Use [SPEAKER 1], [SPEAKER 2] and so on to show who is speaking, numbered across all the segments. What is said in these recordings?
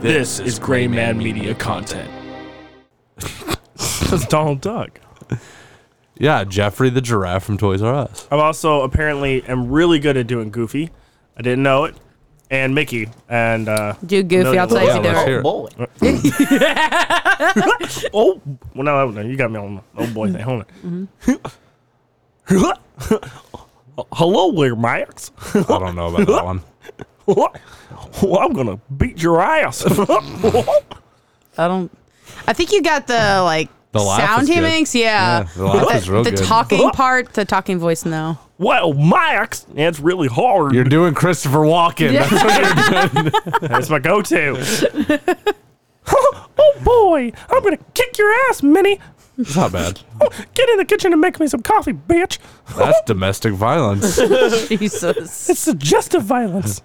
[SPEAKER 1] This is Gray Man Media content.
[SPEAKER 2] That's Donald Duck.
[SPEAKER 3] Yeah, Jeffrey the giraffe from Toys R Us.
[SPEAKER 2] I'm also apparently am really good at doing Goofy. I didn't know it. And Mickey and uh,
[SPEAKER 4] Do goofy. I'll
[SPEAKER 2] Million.
[SPEAKER 4] tell you
[SPEAKER 3] Yeah,
[SPEAKER 4] if you do
[SPEAKER 3] let's
[SPEAKER 4] it.
[SPEAKER 3] hear
[SPEAKER 1] Boy.
[SPEAKER 3] it.
[SPEAKER 2] oh well no, no you got me on oh boy thing. Hold on.
[SPEAKER 4] Mm-hmm.
[SPEAKER 2] Hello there, Max.
[SPEAKER 3] I don't know about that one.
[SPEAKER 2] well, I'm gonna beat your ass.
[SPEAKER 4] I don't. I think you got the like
[SPEAKER 3] The laugh
[SPEAKER 4] sound
[SPEAKER 3] is
[SPEAKER 4] he
[SPEAKER 3] good.
[SPEAKER 4] makes. Yeah,
[SPEAKER 3] Yeah, the laugh
[SPEAKER 4] But
[SPEAKER 3] is real
[SPEAKER 4] the
[SPEAKER 3] good.
[SPEAKER 4] talking part, the talking voice. No,
[SPEAKER 2] well, Max, that's really hard.
[SPEAKER 3] You're doing Christopher Walken. That's what you're doing.
[SPEAKER 2] That's my go-to. oh boy, I'm gonna kick your ass, Minnie. Oh,
[SPEAKER 3] It's not bad.
[SPEAKER 2] Get in the kitchen and make me some coffee, bitch.
[SPEAKER 3] That's domestic violence.
[SPEAKER 4] Jesus.
[SPEAKER 2] It's suggestive violence.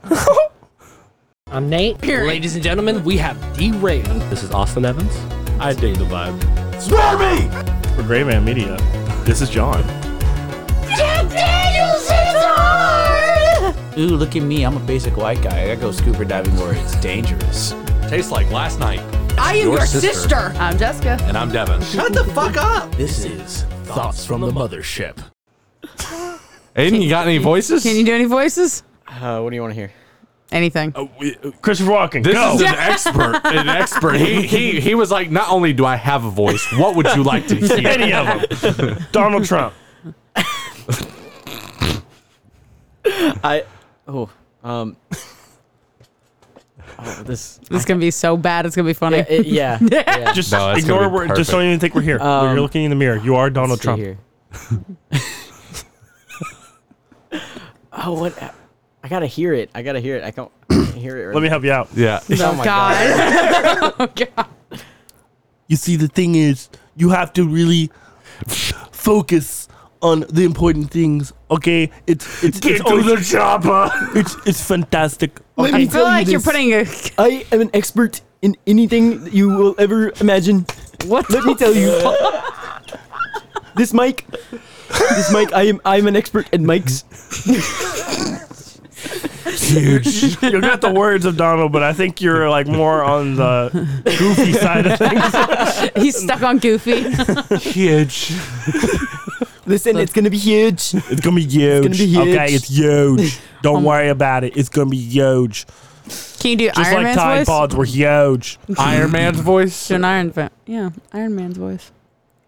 [SPEAKER 5] I'm Nate. Ladies and gentlemen, we have derailed. This is Austin Evans.
[SPEAKER 1] I dig the vibe.
[SPEAKER 2] For Gray Man Media, this is John.
[SPEAKER 6] Ooh, look at me. I'm a basic white guy. I gotta go scuba diving where it's dangerous.
[SPEAKER 3] Tastes like last night.
[SPEAKER 4] I am
[SPEAKER 3] Your your sister. sister.
[SPEAKER 4] I'm Jessica.
[SPEAKER 3] And I'm Devin.
[SPEAKER 6] Shut the fuck up.
[SPEAKER 5] This is Thoughts from the Mothership.
[SPEAKER 3] Aiden, you got any voices?
[SPEAKER 4] Can you do any voices?
[SPEAKER 6] Uh, what do you want to hear?
[SPEAKER 4] Anything?
[SPEAKER 3] Oh,
[SPEAKER 2] Christopher Walken,
[SPEAKER 3] this
[SPEAKER 2] go.
[SPEAKER 3] is an expert. An expert. He, he he was like, not only do I have a voice, what would you like to hear?
[SPEAKER 2] Any of them. Donald Trump.
[SPEAKER 6] I. Oh. Um. oh, this.
[SPEAKER 4] It's gonna be so bad. It's gonna be funny.
[SPEAKER 6] Yeah. It, yeah, yeah.
[SPEAKER 2] Just
[SPEAKER 3] No, that's
[SPEAKER 2] ignore.
[SPEAKER 3] gonna be
[SPEAKER 2] We're, just
[SPEAKER 3] perfect.
[SPEAKER 2] don't even think we're here.
[SPEAKER 6] Um,
[SPEAKER 2] You're looking in the mirror. You are Donald
[SPEAKER 6] Let's see
[SPEAKER 2] Trump.
[SPEAKER 6] here. oh, what? I gotta hear it. I gotta hear it. I can't, I can't hear it. Right
[SPEAKER 2] Let me help you out.
[SPEAKER 3] Yeah.
[SPEAKER 4] oh,
[SPEAKER 6] my
[SPEAKER 4] God. oh God.
[SPEAKER 7] You see, the thing is, you have to really focus on the important things. Okay, it's it's it's,
[SPEAKER 3] oh,
[SPEAKER 7] always-
[SPEAKER 3] chopper.
[SPEAKER 7] it's, it's fantastic.
[SPEAKER 6] Let
[SPEAKER 4] I feel like you're
[SPEAKER 6] this.
[SPEAKER 4] putting a
[SPEAKER 6] I am an expert in anything that you will ever imagine.
[SPEAKER 4] what?
[SPEAKER 6] Let me tell you. this mic. This mic. I am. I am an expert at mics.
[SPEAKER 3] Huge.
[SPEAKER 2] You got the words of Donald, but I think you're like more on the goofy side of things.
[SPEAKER 4] He's stuck on Goofy.
[SPEAKER 3] Huge.
[SPEAKER 6] Listen, it's gonna be huge.
[SPEAKER 2] It's gonna be huge.
[SPEAKER 6] gonna be huge.
[SPEAKER 2] Okay, it's huge. Don't
[SPEAKER 4] Um,
[SPEAKER 2] worry about it. It's gonna be huge.
[SPEAKER 4] Can you do
[SPEAKER 2] Just
[SPEAKER 4] Iron
[SPEAKER 2] like
[SPEAKER 4] Man's
[SPEAKER 2] Tide
[SPEAKER 4] voice?
[SPEAKER 2] Pods were huge.
[SPEAKER 3] Iron Man's voice.
[SPEAKER 4] Do an Iron Man. Yeah, Iron Man's voice.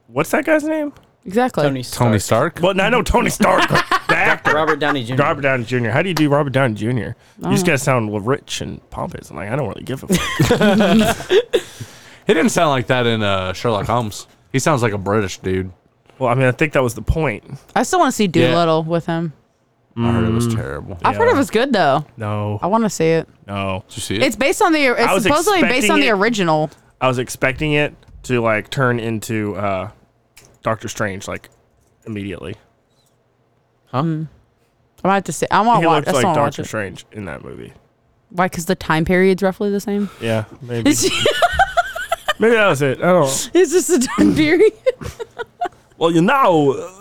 [SPEAKER 2] What's that guy's name?
[SPEAKER 4] Exactly.
[SPEAKER 3] Tony Stark.
[SPEAKER 2] Well, I know Tony Stark, the actor.
[SPEAKER 6] Robert Downey Jr.
[SPEAKER 2] Robert Downey Jr. How do you do Robert Downey Jr.? You just gotta sound rich and pompous. and like, I don't really give a fuck.
[SPEAKER 3] He didn't sound like that in uh, Sherlock Holmes. He sounds like a British dude.
[SPEAKER 2] well, I mean, I think that was the point.
[SPEAKER 4] I still want to see Doolittle with him.
[SPEAKER 3] I heard it
[SPEAKER 4] Mm.
[SPEAKER 3] was terrible.
[SPEAKER 4] I've heard it was good though.
[SPEAKER 2] No,
[SPEAKER 4] I want to see it.
[SPEAKER 2] no.
[SPEAKER 3] Did you see it?
[SPEAKER 4] It's based on the.
[SPEAKER 2] I was
[SPEAKER 4] It's supposedly based
[SPEAKER 2] expecting
[SPEAKER 4] on the
[SPEAKER 2] it.
[SPEAKER 4] original.
[SPEAKER 2] I was expecting it to like turn into uh, Doctor Strange like immediately.
[SPEAKER 4] I might have to say I want
[SPEAKER 2] He
[SPEAKER 4] to watch.
[SPEAKER 2] looks
[SPEAKER 4] That's
[SPEAKER 2] like
[SPEAKER 4] like watch
[SPEAKER 2] Doctor
[SPEAKER 4] it.
[SPEAKER 2] Strange in that movie.
[SPEAKER 4] Why? Because the time period's roughly the same.
[SPEAKER 2] Yeah, maybe
[SPEAKER 4] It's,
[SPEAKER 2] maybe that was it. I don't. know.
[SPEAKER 4] it's just the time period.
[SPEAKER 2] Well, you know, uh,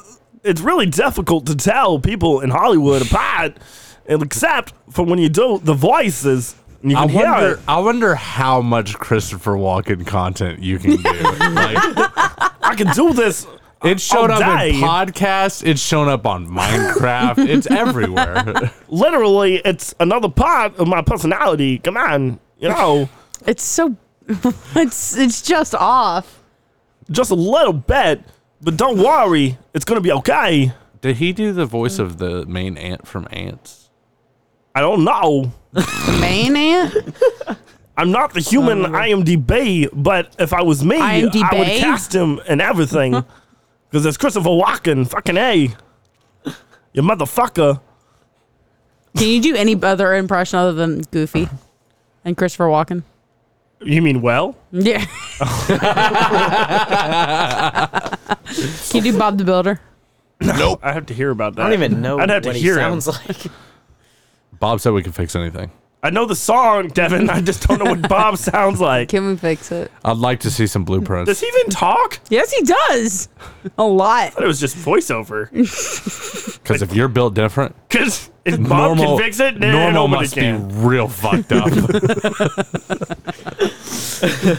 [SPEAKER 2] it's really difficult to tell people in Hollywood apart, and except for when you do the voices. And you
[SPEAKER 3] I
[SPEAKER 2] can hear
[SPEAKER 3] wonder.
[SPEAKER 2] it.
[SPEAKER 3] I wonder how much Christopher Walken content you can do. like,
[SPEAKER 2] I can do this.
[SPEAKER 3] it's shown
[SPEAKER 2] I'll
[SPEAKER 3] up
[SPEAKER 2] die.
[SPEAKER 3] in podcasts. It's shown up on Minecraft. it's everywhere.
[SPEAKER 2] Literally, it's another part of my personality. Come on, you know,
[SPEAKER 4] It's so. It's it's just off.
[SPEAKER 2] just a little bit. But don't worry, it's gonna be okay.
[SPEAKER 3] Did he do the voice of the main ant from Ants?
[SPEAKER 2] I don't know.
[SPEAKER 4] Main ant.
[SPEAKER 2] I'm not the human
[SPEAKER 6] Uh.
[SPEAKER 2] IMDb, but if I was me, I would
[SPEAKER 4] IMDb?
[SPEAKER 2] cast him in everything. Because it's Christopher Walken, fucking A. You motherfucker.
[SPEAKER 4] Can you do any other impression other than Goofy and Christopher Walken?
[SPEAKER 2] You mean well?
[SPEAKER 4] Yeah. Can you do Bob the Builder?
[SPEAKER 2] I have to hear about that.
[SPEAKER 6] I don't even know
[SPEAKER 2] I'd have
[SPEAKER 6] what
[SPEAKER 2] to
[SPEAKER 6] he
[SPEAKER 2] hear him.
[SPEAKER 6] sounds like.
[SPEAKER 3] Bob said we could fix anything.
[SPEAKER 2] I know the song, Devin. I just don't know what Bob sounds like.
[SPEAKER 4] Can we fix it?
[SPEAKER 3] I'd like to see some blueprints.
[SPEAKER 2] Does he even talk?
[SPEAKER 4] Yes, he does. A lot.
[SPEAKER 2] But it was just voiceover.
[SPEAKER 3] Because if you're built different,
[SPEAKER 2] Because if Bob
[SPEAKER 3] normal
[SPEAKER 2] can fix it, then
[SPEAKER 3] normal
[SPEAKER 2] nobody
[SPEAKER 3] must
[SPEAKER 2] can.
[SPEAKER 3] be real fucked up.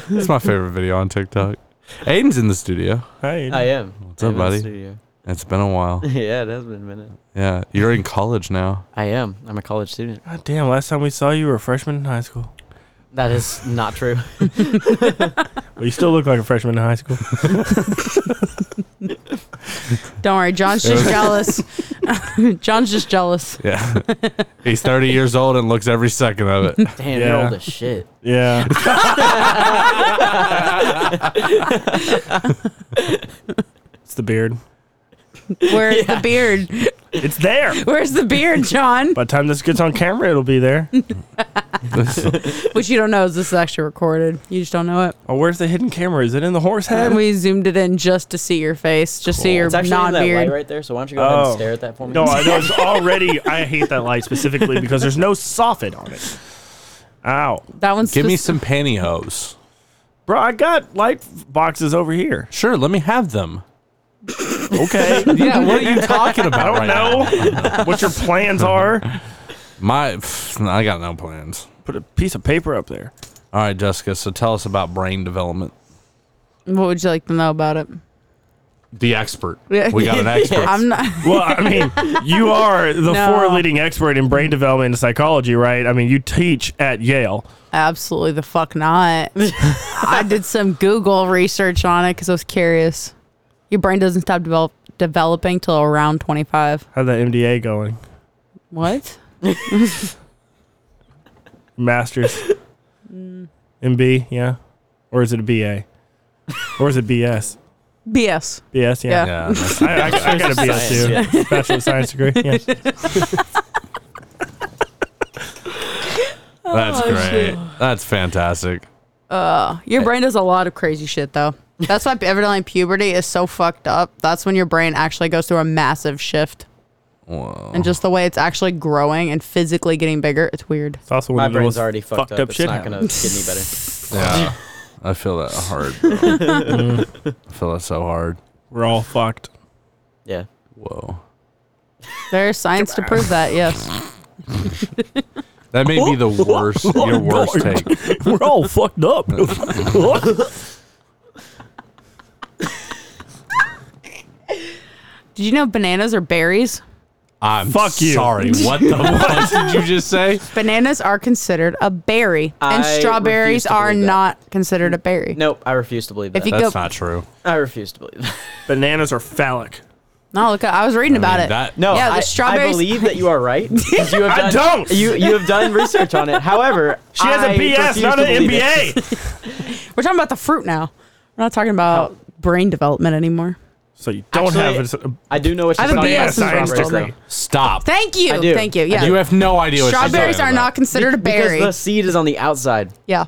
[SPEAKER 3] It's my favorite video on TikTok. Aiden's in the studio.
[SPEAKER 2] Hey,
[SPEAKER 6] I am.
[SPEAKER 3] What's up,
[SPEAKER 6] I am in the
[SPEAKER 3] buddy?
[SPEAKER 6] studio.
[SPEAKER 3] It's been a while.
[SPEAKER 6] yeah, it has been a minute.
[SPEAKER 3] Yeah, you're in college now.
[SPEAKER 6] I am. I'm a college student.
[SPEAKER 2] God damn! Last time we saw you, you were a freshman in high school.
[SPEAKER 6] That is not true.
[SPEAKER 2] Well, you still look like a freshman in high school.
[SPEAKER 4] Don't worry, John's just jealous. John's just jealous.
[SPEAKER 3] Yeah, he's 30 years old and looks every second of it.
[SPEAKER 6] Damn, you're
[SPEAKER 2] Yeah.
[SPEAKER 6] old as shit.
[SPEAKER 2] Yeah. it's the beard.
[SPEAKER 4] Where's the beard?
[SPEAKER 2] It's there.
[SPEAKER 4] Where's the beard, John?
[SPEAKER 2] By the time this gets on camera, it'll be there.
[SPEAKER 4] Which you don't know is this is actually recorded. You just don't know it.
[SPEAKER 2] Oh, where's the hidden camera? Is it in the horse head?
[SPEAKER 4] And we zoomed it in just to see your face, just see your
[SPEAKER 6] It's actually in
[SPEAKER 4] non
[SPEAKER 6] that light
[SPEAKER 4] beard.
[SPEAKER 6] right there. So why don't you go ahead
[SPEAKER 2] Oh.
[SPEAKER 6] and stare at that for me?
[SPEAKER 2] No, I know it's already. I hate that light specifically because there's no soffit on it. Ow,
[SPEAKER 4] That one's
[SPEAKER 3] Give me
[SPEAKER 4] spec-
[SPEAKER 3] some pantyhose.
[SPEAKER 2] bro! I got light boxes over here.
[SPEAKER 3] Sure, let me have them.
[SPEAKER 2] Okay,
[SPEAKER 3] Yeah, what are you talking about?
[SPEAKER 2] I don't
[SPEAKER 3] right now?
[SPEAKER 2] know what your plans are.
[SPEAKER 3] My, pff, I got no plans.
[SPEAKER 2] Put a piece of paper up there.
[SPEAKER 3] All right, Jessica. So tell us about brain development.
[SPEAKER 4] What would you like to know about it?
[SPEAKER 3] The expert.
[SPEAKER 4] Yeah.
[SPEAKER 3] We got an expert.
[SPEAKER 4] I'm not.
[SPEAKER 2] Well, I mean, you are the
[SPEAKER 4] No.
[SPEAKER 2] four leading expert in brain development and psychology, right? I mean, you teach at Yale.
[SPEAKER 4] Absolutely the fuck not. I did some Google research on it because I was curious. Your brain doesn't stop develop- developing till around 25.
[SPEAKER 2] How's that MDA going?
[SPEAKER 4] What?
[SPEAKER 2] Masters, MB, yeah, or is it a BA, or is it BS?
[SPEAKER 4] BS.
[SPEAKER 2] BS, yeah.
[SPEAKER 3] yeah, that's-
[SPEAKER 2] I, I, I got a BS
[SPEAKER 6] Science,
[SPEAKER 2] too. Bachelor of Science degree. Yeah.
[SPEAKER 3] that's great. That's fantastic.
[SPEAKER 4] Your brain does a lot of crazy shit, though. That's why evidently puberty is so fucked up. That's when your brain actually goes through a massive shift.
[SPEAKER 3] Whoa.
[SPEAKER 4] And just the way it's actually growing and physically getting bigger, it's weird.
[SPEAKER 2] It's also
[SPEAKER 6] My
[SPEAKER 2] one of the
[SPEAKER 6] brain's
[SPEAKER 2] most
[SPEAKER 6] already fucked,
[SPEAKER 2] fucked
[SPEAKER 6] up.
[SPEAKER 2] up
[SPEAKER 6] It's
[SPEAKER 2] shit
[SPEAKER 6] not gonna get any better.
[SPEAKER 3] Yeah, I feel that hard. Bro. I feel that so hard.
[SPEAKER 2] We're all fucked.
[SPEAKER 6] Yeah.
[SPEAKER 3] Whoa.
[SPEAKER 4] There's science to prove that, yes.
[SPEAKER 3] That may be the worst, your worst take.
[SPEAKER 2] We're all fucked up.
[SPEAKER 4] Did you know bananas are berries?
[SPEAKER 3] I'm
[SPEAKER 2] Fuck you.
[SPEAKER 3] sorry. What the fuck did you just say?
[SPEAKER 4] Bananas are considered a berry, and
[SPEAKER 6] I refuse
[SPEAKER 4] strawberries
[SPEAKER 6] to
[SPEAKER 4] are
[SPEAKER 6] believe that.
[SPEAKER 4] not considered a berry.
[SPEAKER 6] Nope. I refuse to believe that.
[SPEAKER 4] If you
[SPEAKER 3] That's
[SPEAKER 4] go,
[SPEAKER 3] not true.
[SPEAKER 6] I refuse to believe that.
[SPEAKER 2] Bananas are phallic.
[SPEAKER 4] no, look, I was reading about
[SPEAKER 3] mean,
[SPEAKER 4] it.
[SPEAKER 3] that-
[SPEAKER 6] No,
[SPEAKER 4] yeah, the
[SPEAKER 6] I,
[SPEAKER 4] strawberries.
[SPEAKER 6] I believe that you are right. 'cause You have
[SPEAKER 2] I
[SPEAKER 6] done,
[SPEAKER 2] don't.
[SPEAKER 6] You you have done research on it. However,
[SPEAKER 2] She has
[SPEAKER 6] a
[SPEAKER 2] a BS, not an MBA.
[SPEAKER 4] We're talking about the fruit now. We're not talking about brain development anymore.
[SPEAKER 2] so you don't
[SPEAKER 6] Actually,
[SPEAKER 2] have uh, a,
[SPEAKER 6] I do know what
[SPEAKER 4] I
[SPEAKER 6] you're
[SPEAKER 4] have a
[SPEAKER 6] talking
[SPEAKER 4] BS
[SPEAKER 6] about.
[SPEAKER 4] in
[SPEAKER 2] science
[SPEAKER 6] strawberries,
[SPEAKER 2] degree.
[SPEAKER 6] though.
[SPEAKER 3] Stop.
[SPEAKER 4] Thank you,
[SPEAKER 6] I do.
[SPEAKER 4] thank you.
[SPEAKER 6] I
[SPEAKER 4] Yeah,
[SPEAKER 3] you have no idea what she's
[SPEAKER 4] strawberries
[SPEAKER 3] talking
[SPEAKER 4] are
[SPEAKER 3] about.
[SPEAKER 4] not considered a berry.
[SPEAKER 6] Because the seed is on the outside,
[SPEAKER 4] yeah,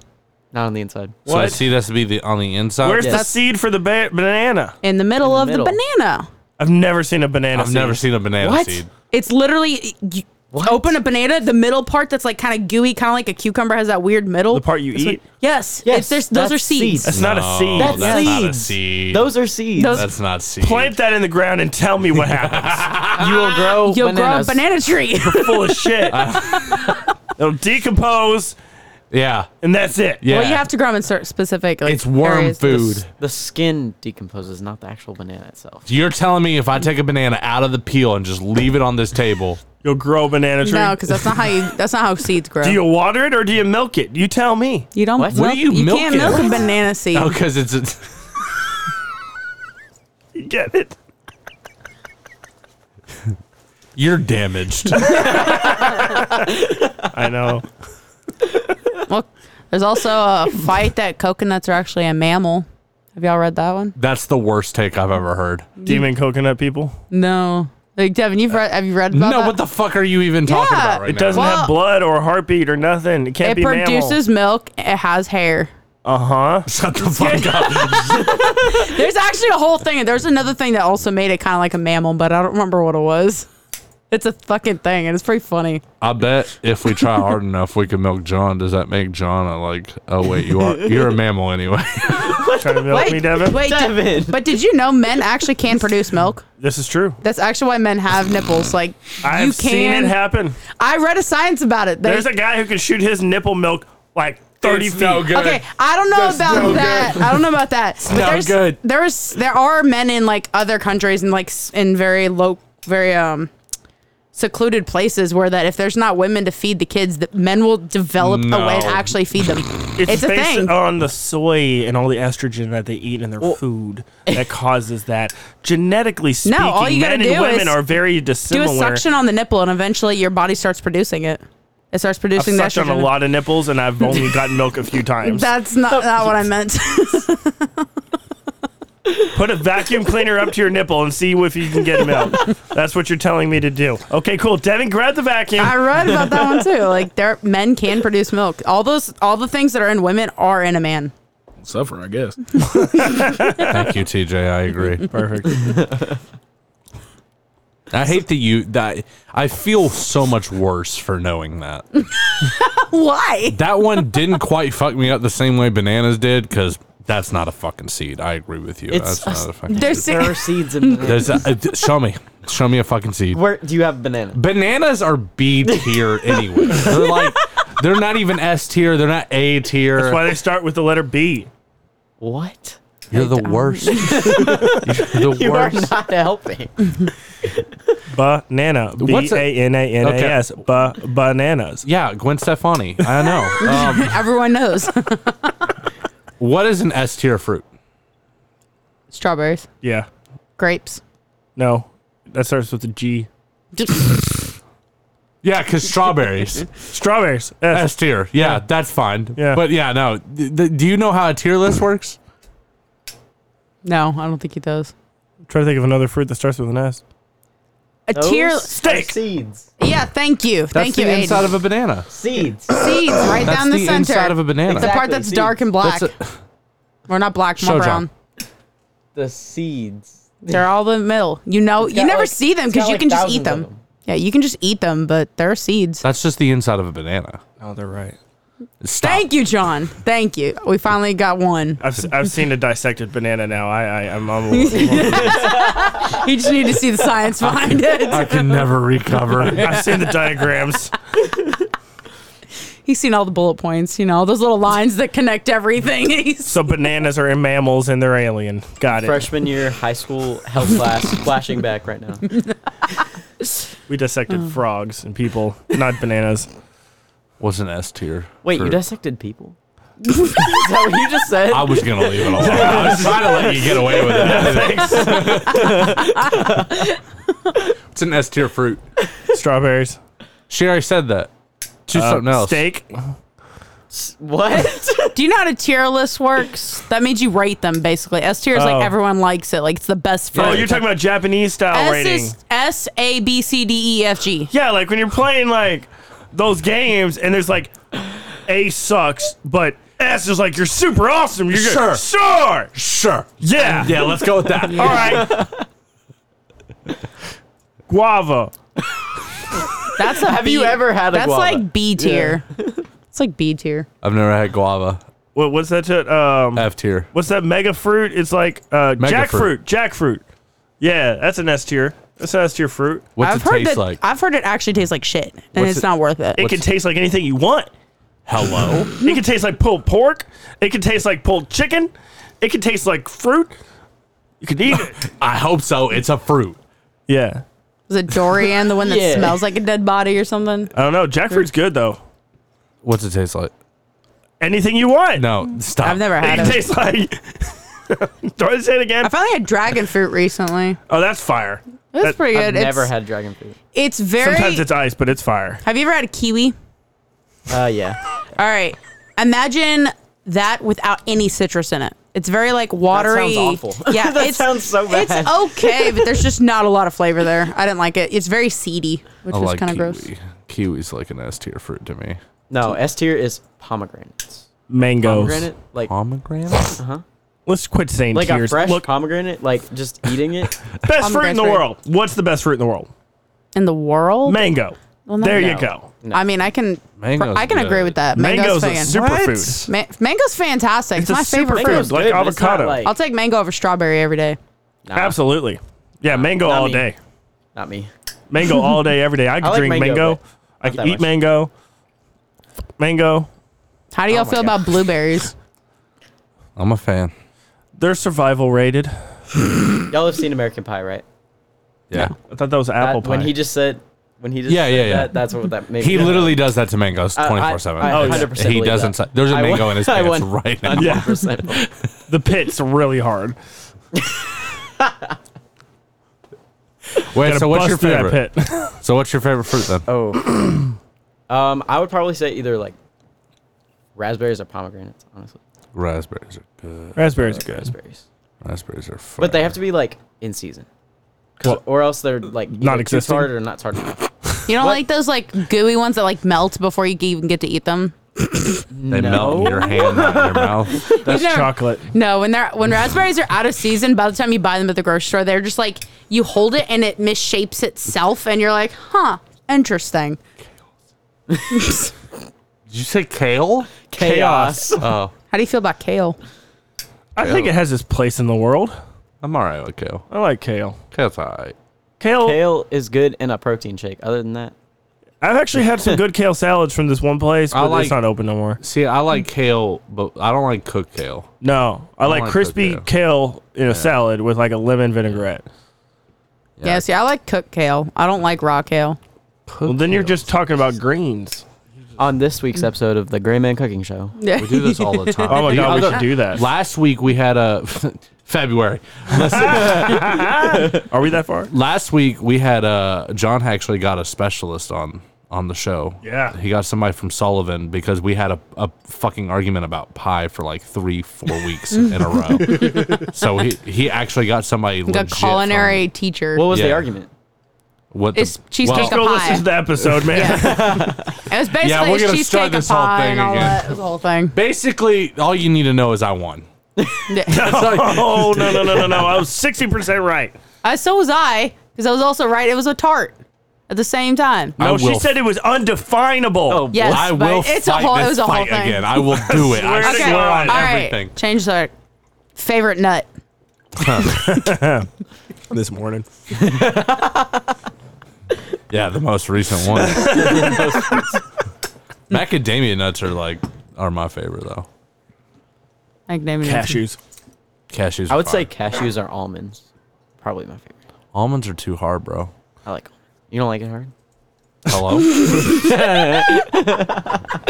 [SPEAKER 6] not on the inside.
[SPEAKER 3] So I see this to be the on the inside.
[SPEAKER 2] Where's the
[SPEAKER 6] Yes.
[SPEAKER 2] seed for the ba- banana?
[SPEAKER 4] in the middle of
[SPEAKER 6] middle.
[SPEAKER 4] the banana.
[SPEAKER 2] I've never seen a banana.
[SPEAKER 3] I've never seen a banana
[SPEAKER 6] What?
[SPEAKER 3] seed.
[SPEAKER 4] It's literally you open a banana, the middle part that's like kind of gooey, kind of like a cucumber has that weird middle.
[SPEAKER 2] the part you eat.
[SPEAKER 4] yes,
[SPEAKER 6] Yes,
[SPEAKER 4] it's, there's, those are
[SPEAKER 6] that's
[SPEAKER 4] seeds.
[SPEAKER 2] That's not a seed.
[SPEAKER 3] Oh, That's,
[SPEAKER 6] That's
[SPEAKER 3] not a
[SPEAKER 6] seeds.
[SPEAKER 3] seed.
[SPEAKER 6] Those are seeds.
[SPEAKER 4] Those-
[SPEAKER 3] That's not seed.
[SPEAKER 2] Plant that in the ground and tell me what happens.
[SPEAKER 6] you will grow
[SPEAKER 4] Ah, You'll
[SPEAKER 6] bananas.
[SPEAKER 4] grow a banana tree.
[SPEAKER 2] Full of shit.
[SPEAKER 3] Uh,
[SPEAKER 2] It'll decompose,
[SPEAKER 3] Yeah.
[SPEAKER 2] and that's it.
[SPEAKER 3] Yeah.
[SPEAKER 4] Well, you have to grow them in certain specific. Like,
[SPEAKER 3] it's worm
[SPEAKER 4] areas.
[SPEAKER 3] food.
[SPEAKER 6] The skin decomposes, not the actual banana itself.
[SPEAKER 3] You're telling me if I take a banana out of the peel and just leave it on this table,
[SPEAKER 2] You'll grow a banana tree.
[SPEAKER 4] No, because that's not how you. That's not how seeds grow.
[SPEAKER 2] do you water it or do you milk it? You tell me.
[SPEAKER 4] You don't.
[SPEAKER 6] What?
[SPEAKER 4] Milk,
[SPEAKER 6] What
[SPEAKER 3] do you milk
[SPEAKER 4] can't
[SPEAKER 3] it?
[SPEAKER 4] milk a
[SPEAKER 3] What?
[SPEAKER 4] banana seed.
[SPEAKER 3] oh, because it's, it's
[SPEAKER 2] You get it?
[SPEAKER 3] you're damaged.
[SPEAKER 2] I know.
[SPEAKER 4] Well, there's also a fight that coconuts are actually a mammal. Have y'all read that one?
[SPEAKER 3] That's the worst take I've ever heard.
[SPEAKER 2] Demon coconut people.
[SPEAKER 4] No. Like Devin, you've read? Have you read about
[SPEAKER 3] No,
[SPEAKER 4] that?
[SPEAKER 3] what the fuck are you even talking
[SPEAKER 4] Yeah.
[SPEAKER 3] about right
[SPEAKER 2] It
[SPEAKER 3] now?
[SPEAKER 2] doesn't
[SPEAKER 4] Well-
[SPEAKER 2] have blood or a heartbeat or nothing. It can't
[SPEAKER 4] It
[SPEAKER 2] be
[SPEAKER 4] produces milk. It has hair.
[SPEAKER 2] mammal. Uh huh.
[SPEAKER 3] Shut the fuck up.
[SPEAKER 4] There's actually a whole thing. There's another thing that also made it kind of like a mammal, but I don't remember what it was. It's a fucking thing, and it's pretty funny.
[SPEAKER 3] I bet if we try hard enough, we can milk John. Does that make John a like? Oh wait, you are you're a mammal anyway.
[SPEAKER 2] Trying to milk me, Devin.
[SPEAKER 4] wait, did-
[SPEAKER 6] Devin.
[SPEAKER 4] but did you know men actually can produce milk?
[SPEAKER 2] This is true.
[SPEAKER 4] That's actually why men have nipples. Like you
[SPEAKER 2] I've seen
[SPEAKER 4] can.
[SPEAKER 2] it happen.
[SPEAKER 4] I read a science about it. They-
[SPEAKER 2] There's a guy who can shoot his nipple milk like thirty
[SPEAKER 3] It's
[SPEAKER 2] feet.
[SPEAKER 3] no good.
[SPEAKER 4] Okay, I don't know
[SPEAKER 3] That's
[SPEAKER 4] about
[SPEAKER 3] no
[SPEAKER 4] that. I don't know about that. but
[SPEAKER 3] no
[SPEAKER 4] there's
[SPEAKER 3] good.
[SPEAKER 4] there's there are men in like other countries and like s- in very low very um secluded places where that if there's not women to feed the kids, that men will develop a way to
[SPEAKER 3] No.
[SPEAKER 4] actually feed them. it's, a
[SPEAKER 2] based
[SPEAKER 4] thing.
[SPEAKER 2] on the soy and all the estrogen that they eat in their food that causes that. Genetically speaking,
[SPEAKER 4] all you gotta
[SPEAKER 2] men and
[SPEAKER 4] do
[SPEAKER 2] women
[SPEAKER 4] is
[SPEAKER 2] are very
[SPEAKER 4] Do
[SPEAKER 2] dissimilar.
[SPEAKER 4] a suction on the nipple and eventually your body starts producing it. It starts
[SPEAKER 2] I've
[SPEAKER 4] producing
[SPEAKER 2] sucked
[SPEAKER 4] that.
[SPEAKER 2] on a lot of nipples, and I've only gotten milk a few times.
[SPEAKER 4] That's not, not what I meant.
[SPEAKER 2] Put a vacuum cleaner up to your nipple and see if you can get milk. That's what you're telling me to do. Okay, cool. Devin, grab the vacuum.
[SPEAKER 4] I read about that one too. Like there men can produce milk. All those all the things that are in women are in a man.
[SPEAKER 1] Suffer, I guess.
[SPEAKER 3] Thank you, TJ. I agree.
[SPEAKER 2] Perfect.
[SPEAKER 3] I hate that you that I feel so much worse for knowing that.
[SPEAKER 4] Why?
[SPEAKER 3] That one didn't quite fuck me up the same way bananas did because that's not a fucking seed. I agree with you.
[SPEAKER 6] It's-
[SPEAKER 3] that's not a fucking.
[SPEAKER 4] They're
[SPEAKER 3] seed.
[SPEAKER 4] se-
[SPEAKER 6] There are seeds in bananas.
[SPEAKER 3] There's a, uh, th- show me, show me a fucking seed.
[SPEAKER 6] Where do you have banana?
[SPEAKER 3] Bananas are B tier anyway. They're like they're not even S tier. They're not A tier.
[SPEAKER 2] That's why they start with the letter B.
[SPEAKER 6] What?
[SPEAKER 3] You're the worst. You're the
[SPEAKER 6] You are
[SPEAKER 3] worst.
[SPEAKER 6] not helping.
[SPEAKER 2] Banana. B
[SPEAKER 3] What's a-
[SPEAKER 2] A N A N A S. Ba- Bananas.
[SPEAKER 3] Yeah, Gwen Stefani. I know. Um,
[SPEAKER 4] Everyone knows.
[SPEAKER 3] what is an S tier fruit?
[SPEAKER 4] Strawberries.
[SPEAKER 2] Yeah.
[SPEAKER 4] Grapes.
[SPEAKER 2] No. That starts with a G.
[SPEAKER 3] Yeah, because strawberries.
[SPEAKER 2] Strawberries. S.
[SPEAKER 3] S tier. Yeah, that's fine.
[SPEAKER 2] Yeah.
[SPEAKER 3] But yeah, no. Th- th- do you know how a tier list works?
[SPEAKER 4] No, I don't think he does.
[SPEAKER 2] Try to think of another fruit that starts with an S.
[SPEAKER 4] A tier.
[SPEAKER 2] Steak.
[SPEAKER 6] Seeds.
[SPEAKER 4] Yeah, thank you,
[SPEAKER 3] That's
[SPEAKER 4] thank
[SPEAKER 3] the
[SPEAKER 4] you. Aiden.
[SPEAKER 3] inside of a banana.
[SPEAKER 6] Seeds.
[SPEAKER 4] seeds right
[SPEAKER 3] That's
[SPEAKER 4] down the,
[SPEAKER 3] the
[SPEAKER 4] center.
[SPEAKER 3] inside of a banana.
[SPEAKER 4] The part
[SPEAKER 6] Exactly,
[SPEAKER 4] that's dark and black.
[SPEAKER 3] That's
[SPEAKER 4] Or not black,
[SPEAKER 3] Show
[SPEAKER 4] more brown.
[SPEAKER 3] John.
[SPEAKER 6] The seeds.
[SPEAKER 4] They're all in the middle. You know,
[SPEAKER 6] It's
[SPEAKER 4] you
[SPEAKER 6] got
[SPEAKER 4] never
[SPEAKER 6] like-
[SPEAKER 4] see them
[SPEAKER 6] it's
[SPEAKER 4] because
[SPEAKER 6] got
[SPEAKER 4] you
[SPEAKER 6] like
[SPEAKER 4] can just eat
[SPEAKER 6] thousands of
[SPEAKER 4] them.
[SPEAKER 6] them.
[SPEAKER 4] Yeah, you can just eat them, but they're seeds.
[SPEAKER 3] That's just the inside of a banana.
[SPEAKER 2] Oh, they're right.
[SPEAKER 3] Stop.
[SPEAKER 4] Thank you, John. Thank you. We finally got one.
[SPEAKER 2] I've, s- I've seen a dissected banana now. I, I, I'm, I'm a little-
[SPEAKER 4] You just need to see the science behind
[SPEAKER 3] I
[SPEAKER 4] it.
[SPEAKER 3] can never recover.
[SPEAKER 2] I've seen the diagrams.
[SPEAKER 4] He's seen all the bullet points, you know, those little lines that connect everything. He's-
[SPEAKER 2] So bananas are in mammals and they're alien. Got it.
[SPEAKER 6] Freshman year high school health class flashing back right now.
[SPEAKER 2] We dissected frogs and people, not bananas.
[SPEAKER 3] Was an S tier.
[SPEAKER 6] Wait, you
[SPEAKER 3] fruit.
[SPEAKER 6] dissected people? Is that what you just said?
[SPEAKER 3] I was gonna leave it alone. I was trying to let you get away with it. It's an S tier fruit.
[SPEAKER 2] Strawberries.
[SPEAKER 3] She already said that. Um, Choose
[SPEAKER 2] Uh,
[SPEAKER 3] something else.
[SPEAKER 2] Steak.
[SPEAKER 6] what?
[SPEAKER 4] Do you know how a tier list works? That means you rate them basically. S tier is
[SPEAKER 2] Oh.
[SPEAKER 4] like everyone likes it, like it's the best fruit.
[SPEAKER 2] Oh, you're talking about Japanese style
[SPEAKER 4] S
[SPEAKER 2] rating.
[SPEAKER 4] is S A B C D E F G.
[SPEAKER 2] Yeah, like when you're playing like those games and there's like A sucks, but S is like you're super awesome. You're
[SPEAKER 3] Sure.
[SPEAKER 2] good. Sure.
[SPEAKER 3] Sure.
[SPEAKER 2] Yeah.
[SPEAKER 3] Yeah, let's go with that.
[SPEAKER 2] All right. Guava.
[SPEAKER 4] That's a
[SPEAKER 6] Have you ever had a
[SPEAKER 4] That's
[SPEAKER 6] guava?
[SPEAKER 4] like B tier. it's like B tier.
[SPEAKER 3] I've never had guava.
[SPEAKER 2] What, what's that? shit? um,
[SPEAKER 3] F tier.
[SPEAKER 2] what's that mega fruit? It's like uh,
[SPEAKER 3] Mega
[SPEAKER 2] jackfruit.
[SPEAKER 3] fruit.
[SPEAKER 2] Jackfruit. Yeah, that's an S tier. That's an S tier fruit.
[SPEAKER 3] What's
[SPEAKER 4] I've
[SPEAKER 3] it
[SPEAKER 4] heard
[SPEAKER 3] taste
[SPEAKER 4] that,
[SPEAKER 3] like?
[SPEAKER 4] I've heard it actually tastes like shit, and
[SPEAKER 3] What's
[SPEAKER 4] it's
[SPEAKER 3] it-
[SPEAKER 4] not worth it.
[SPEAKER 2] It can taste like anything you want.
[SPEAKER 3] Hello.
[SPEAKER 2] It can taste like pulled pork. It can taste like pulled chicken. It can taste like fruit. You can eat it.
[SPEAKER 3] I hope so. It's a fruit.
[SPEAKER 2] yeah.
[SPEAKER 4] Is it Dorian, the one that
[SPEAKER 6] Yeah.
[SPEAKER 4] smells like a dead body or something?
[SPEAKER 2] I don't know. Jackfruit's good though.
[SPEAKER 3] What's it taste like?
[SPEAKER 2] Anything you want.
[SPEAKER 3] No, stop.
[SPEAKER 4] I've never
[SPEAKER 2] It
[SPEAKER 4] had
[SPEAKER 2] can
[SPEAKER 4] it.
[SPEAKER 2] taste like. Do I say it again?
[SPEAKER 4] I finally had dragon fruit recently.
[SPEAKER 2] Oh, that's fire.
[SPEAKER 4] That's
[SPEAKER 2] That-
[SPEAKER 4] pretty
[SPEAKER 6] I've
[SPEAKER 4] good.
[SPEAKER 6] never
[SPEAKER 4] it's,
[SPEAKER 6] had dragon fruit.
[SPEAKER 4] it's very.
[SPEAKER 2] Sometimes it's ice, but it's fire.
[SPEAKER 4] have you ever had a kiwi?
[SPEAKER 6] Uh, yeah.
[SPEAKER 4] All right. Imagine that without any citrus in it. It's very like watery.
[SPEAKER 6] awful.
[SPEAKER 4] Yeah,
[SPEAKER 6] That
[SPEAKER 4] it's,
[SPEAKER 6] sounds so bad.
[SPEAKER 4] It's okay, but there's just not a lot of flavor there. I didn't like it. It's very seedy, which
[SPEAKER 3] I
[SPEAKER 4] was
[SPEAKER 3] like
[SPEAKER 4] kind
[SPEAKER 3] kiwi.
[SPEAKER 4] of gross.
[SPEAKER 3] Kiwi's like an S tier fruit to me.
[SPEAKER 6] No, S tier is pomegranates.
[SPEAKER 2] Mangoes.
[SPEAKER 6] Pomegranate, like
[SPEAKER 3] Pomegranate.
[SPEAKER 2] Let's quit saying
[SPEAKER 6] like
[SPEAKER 2] tears.
[SPEAKER 6] a fresh
[SPEAKER 2] Look,
[SPEAKER 6] pomegranate, like just eating it.
[SPEAKER 2] best fruit in
[SPEAKER 4] Pomegranate
[SPEAKER 2] the
[SPEAKER 4] fruit.
[SPEAKER 2] world. What's the best fruit in the world?
[SPEAKER 4] In the world,
[SPEAKER 2] Mango.
[SPEAKER 4] Well, no.
[SPEAKER 2] there you
[SPEAKER 6] No.
[SPEAKER 2] go.
[SPEAKER 4] I mean, I can.
[SPEAKER 3] Mango's
[SPEAKER 4] I can agree
[SPEAKER 3] good.
[SPEAKER 4] with that. Mango's,
[SPEAKER 2] Mango's a
[SPEAKER 4] fan.
[SPEAKER 2] superfood.
[SPEAKER 4] Ma- mango's fantastic. It's,
[SPEAKER 2] a
[SPEAKER 4] my
[SPEAKER 2] superfood.
[SPEAKER 4] favorite fruit.
[SPEAKER 6] Mango's
[SPEAKER 2] like
[SPEAKER 6] good, but it's not,
[SPEAKER 2] avocado.
[SPEAKER 6] like-
[SPEAKER 4] I'll take mango over strawberry every day.
[SPEAKER 6] Nah,
[SPEAKER 2] Absolutely. Yeah, mango
[SPEAKER 6] not
[SPEAKER 2] all
[SPEAKER 6] me.
[SPEAKER 2] day.
[SPEAKER 6] Not me.
[SPEAKER 2] Mango all day, every day. I could
[SPEAKER 6] like
[SPEAKER 2] drink
[SPEAKER 6] mango,
[SPEAKER 2] mango.
[SPEAKER 6] but
[SPEAKER 2] I
[SPEAKER 6] not
[SPEAKER 2] could
[SPEAKER 6] that
[SPEAKER 2] eat
[SPEAKER 6] much.
[SPEAKER 2] mango. Mango.
[SPEAKER 4] How
[SPEAKER 3] Oh
[SPEAKER 4] do y'all feel about blueberries?
[SPEAKER 3] I'm a fan.
[SPEAKER 2] They're survival rated.
[SPEAKER 6] Y'all have seen American Pie, right?
[SPEAKER 3] Yeah.
[SPEAKER 2] I thought that was
[SPEAKER 6] That-
[SPEAKER 2] apple pie.
[SPEAKER 6] When he just said, when he just
[SPEAKER 3] Yeah,
[SPEAKER 6] said
[SPEAKER 3] yeah, yeah.
[SPEAKER 6] That, that's what that made.
[SPEAKER 3] He
[SPEAKER 6] me-
[SPEAKER 3] literally does that to mangoes
[SPEAKER 6] Uh, I- I-
[SPEAKER 3] 24 7.
[SPEAKER 6] I 100%
[SPEAKER 3] He
[SPEAKER 6] believe
[SPEAKER 3] doesn't.
[SPEAKER 6] that.
[SPEAKER 3] si- There's a
[SPEAKER 6] I won-
[SPEAKER 3] mango in his
[SPEAKER 6] I
[SPEAKER 3] pants
[SPEAKER 6] won.
[SPEAKER 3] right now.
[SPEAKER 2] Yeah.
[SPEAKER 6] 100%.
[SPEAKER 2] the pit's really hard.
[SPEAKER 3] Wait,
[SPEAKER 2] Gotta
[SPEAKER 3] so what's
[SPEAKER 2] bust
[SPEAKER 3] your
[SPEAKER 2] through that
[SPEAKER 3] favorite?
[SPEAKER 2] pit.
[SPEAKER 3] So what's your favorite fruit then?
[SPEAKER 6] Oh. um, I would probably say either like raspberries or pomegranates, honestly.
[SPEAKER 3] Raspberries are good.
[SPEAKER 2] Raspberries are good.
[SPEAKER 6] Raspberries.
[SPEAKER 3] Raspberries are fun.
[SPEAKER 6] But they have to be like in season. 'Cause- or else they're like either too
[SPEAKER 2] non-existent?
[SPEAKER 6] started or not started. enough.
[SPEAKER 4] You don't
[SPEAKER 6] What?
[SPEAKER 4] like those like gooey ones that like melt before you even get to eat them?
[SPEAKER 3] They melt in your hand, not in your mouth.
[SPEAKER 2] That's
[SPEAKER 4] You've never-
[SPEAKER 2] chocolate.
[SPEAKER 4] No, when they're when raspberries are out of season, by the time you buy them at the grocery store, they're just like you hold it and it misshapes itself, and you're like, huh, interesting.
[SPEAKER 3] Did you say kale?
[SPEAKER 6] Chaos.
[SPEAKER 3] Oh,
[SPEAKER 4] How do you feel about kale?
[SPEAKER 2] I think it has its place in the world.
[SPEAKER 3] I'm all right with kale.
[SPEAKER 2] I like kale.
[SPEAKER 3] Kale's all right.
[SPEAKER 2] Kale.
[SPEAKER 6] Kale is good in a protein shake. Other than that,
[SPEAKER 2] I've actually had some good kale salads from this one place,
[SPEAKER 3] I
[SPEAKER 2] but
[SPEAKER 3] like-
[SPEAKER 2] it's not open no more.
[SPEAKER 3] See, I like kale, but I don't like cooked kale.
[SPEAKER 2] No, I, like
[SPEAKER 3] like
[SPEAKER 2] crispy
[SPEAKER 3] cooked
[SPEAKER 2] kale in a salad with like a lemon vinaigrette.
[SPEAKER 4] Yeah, see, I like cooked kale. I don't like raw kale.
[SPEAKER 2] Well, then you're just talking about greens.
[SPEAKER 6] on this week's episode of the Gray Man Cooking Show,
[SPEAKER 3] We do this all the time.
[SPEAKER 2] Oh my
[SPEAKER 3] The
[SPEAKER 2] god, we
[SPEAKER 3] other-
[SPEAKER 2] should do that.
[SPEAKER 3] Last week we had a February.
[SPEAKER 2] Are we that far?
[SPEAKER 3] Last week we had uh John actually got a specialist on on the show.
[SPEAKER 2] Yeah.
[SPEAKER 3] He got somebody from Sullivan because we had a, a fucking argument about pie for like three, four weeks in a row. so he, he actually got somebody
[SPEAKER 4] Like a
[SPEAKER 3] legit from-
[SPEAKER 4] culinary teacher.
[SPEAKER 6] what was the
[SPEAKER 3] Yeah.
[SPEAKER 6] argument?
[SPEAKER 3] what the-
[SPEAKER 4] It's cheesecake
[SPEAKER 3] well,
[SPEAKER 4] a
[SPEAKER 2] Go
[SPEAKER 4] pie.
[SPEAKER 2] listen to the episode, man.
[SPEAKER 4] It was basically
[SPEAKER 3] Yeah, we're
[SPEAKER 4] it's
[SPEAKER 3] gonna
[SPEAKER 4] cheesecake
[SPEAKER 3] start
[SPEAKER 4] and
[SPEAKER 3] this whole
[SPEAKER 4] pie
[SPEAKER 3] thing
[SPEAKER 4] and all
[SPEAKER 3] again.
[SPEAKER 4] that. It was the whole thing.
[SPEAKER 3] Basically, all you need to know is I won.
[SPEAKER 2] Oh no no no no no! I was sixty percent right.
[SPEAKER 4] Uh, so was I, because I was also right. It was a tart at the same time.
[SPEAKER 2] No,
[SPEAKER 3] I
[SPEAKER 2] Oh, she
[SPEAKER 3] will-
[SPEAKER 2] said it was undefinable. Oh,
[SPEAKER 4] Yes,
[SPEAKER 3] I
[SPEAKER 4] but
[SPEAKER 3] will
[SPEAKER 4] it's a
[SPEAKER 3] fight
[SPEAKER 4] whole.
[SPEAKER 3] this
[SPEAKER 4] It was a whole
[SPEAKER 3] fight
[SPEAKER 4] thing.
[SPEAKER 3] again. I will do it. I
[SPEAKER 2] Swear to
[SPEAKER 3] swear
[SPEAKER 2] God.
[SPEAKER 3] on
[SPEAKER 4] All right,
[SPEAKER 3] everything.
[SPEAKER 4] change the favorite nut.
[SPEAKER 2] this morning.
[SPEAKER 3] Yeah, the most recent one. Macadamia nuts are like are my favorite though.
[SPEAKER 4] Like naming
[SPEAKER 2] Cashews.
[SPEAKER 3] Cashews.
[SPEAKER 6] I would
[SPEAKER 3] are
[SPEAKER 6] say
[SPEAKER 3] fire.
[SPEAKER 6] cashews or almonds, probably my favorite.
[SPEAKER 3] almonds are too hard, bro.
[SPEAKER 6] I like almonds. You don't like it hard?
[SPEAKER 3] Hello.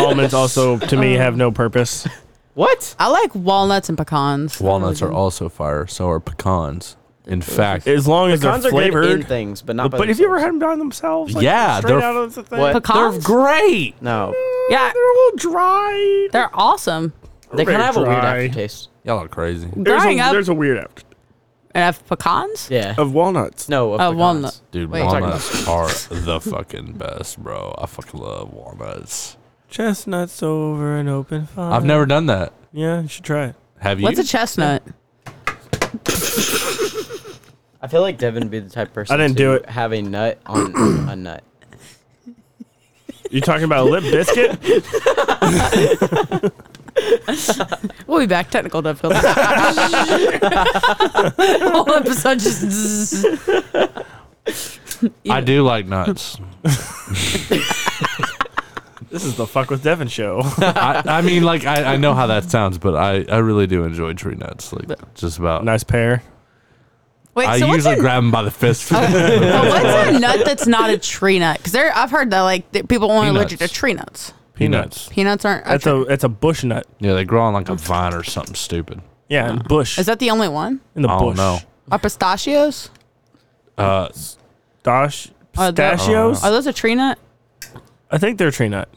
[SPEAKER 2] Almonds also to me have no purpose.
[SPEAKER 6] What?
[SPEAKER 4] I like walnuts and pecans.
[SPEAKER 3] Walnuts are also fire. So are pecans. In fact,
[SPEAKER 2] As long as
[SPEAKER 6] Cons
[SPEAKER 2] they're
[SPEAKER 6] are
[SPEAKER 2] flavored.
[SPEAKER 6] good in things, but not.
[SPEAKER 2] But,
[SPEAKER 6] by
[SPEAKER 2] have you ever had
[SPEAKER 6] themselves.
[SPEAKER 2] them by themselves? Like,
[SPEAKER 3] Yeah,
[SPEAKER 2] straight
[SPEAKER 3] they're-
[SPEAKER 2] out of the thing.
[SPEAKER 6] What?
[SPEAKER 3] they're
[SPEAKER 4] Pecans?
[SPEAKER 3] great.
[SPEAKER 6] No,
[SPEAKER 4] yeah,
[SPEAKER 2] They're a little dry.
[SPEAKER 4] they're awesome.
[SPEAKER 6] they kind of have a weird
[SPEAKER 2] dry.
[SPEAKER 6] aftertaste.
[SPEAKER 3] Y'all are crazy.
[SPEAKER 2] There's
[SPEAKER 4] Growing
[SPEAKER 2] a,
[SPEAKER 4] up,
[SPEAKER 2] there's a weird after
[SPEAKER 4] I have pecans.
[SPEAKER 6] Yeah.
[SPEAKER 2] of walnuts.
[SPEAKER 6] no, of
[SPEAKER 4] Uh,
[SPEAKER 6] pecans.
[SPEAKER 4] walnut.
[SPEAKER 3] Dude,
[SPEAKER 4] Wait.
[SPEAKER 3] walnuts are the fucking best, bro. I fucking love walnuts.
[SPEAKER 2] Chestnuts over an open fire.
[SPEAKER 3] I've never done that.
[SPEAKER 2] Yeah, you should try it.
[SPEAKER 3] Have you?
[SPEAKER 4] What's a chestnut?
[SPEAKER 6] I feel like Devin would be the type of person
[SPEAKER 2] didn't
[SPEAKER 6] to
[SPEAKER 2] do it.
[SPEAKER 6] have a nut on a nut.
[SPEAKER 2] You talking about a lip biscuit?
[SPEAKER 4] We'll be back. Technical difficulties. Whole episode just. zzz.
[SPEAKER 3] I do like nuts.
[SPEAKER 2] this is the fuck with Devin show.
[SPEAKER 3] I, I mean, like I, I know how that sounds, but I, I really do enjoy tree nuts. Like just about.
[SPEAKER 2] nice pair.
[SPEAKER 4] Wait,
[SPEAKER 3] I
[SPEAKER 4] so what's Oh.
[SPEAKER 3] usually
[SPEAKER 4] a,
[SPEAKER 3] grab them by the fist.
[SPEAKER 4] but what's a nut that's not a tree nut? Because I've heard that like that people only allergic to
[SPEAKER 3] Peanuts.
[SPEAKER 4] tree nuts.
[SPEAKER 3] Peanuts.
[SPEAKER 4] Peanuts aren't.
[SPEAKER 2] That's a it's a bush nut.
[SPEAKER 3] Yeah, they grow on like a vine or something stupid.
[SPEAKER 2] Yeah, in bush.
[SPEAKER 4] Is that the only one?
[SPEAKER 2] in the
[SPEAKER 3] I
[SPEAKER 2] bush?
[SPEAKER 3] don't know.
[SPEAKER 4] Are pistachios?
[SPEAKER 3] Uh,
[SPEAKER 2] Dosh
[SPEAKER 4] Are the-
[SPEAKER 3] Oh.
[SPEAKER 2] pistachios.
[SPEAKER 4] Are those a tree nut?
[SPEAKER 2] I think they're tree nut.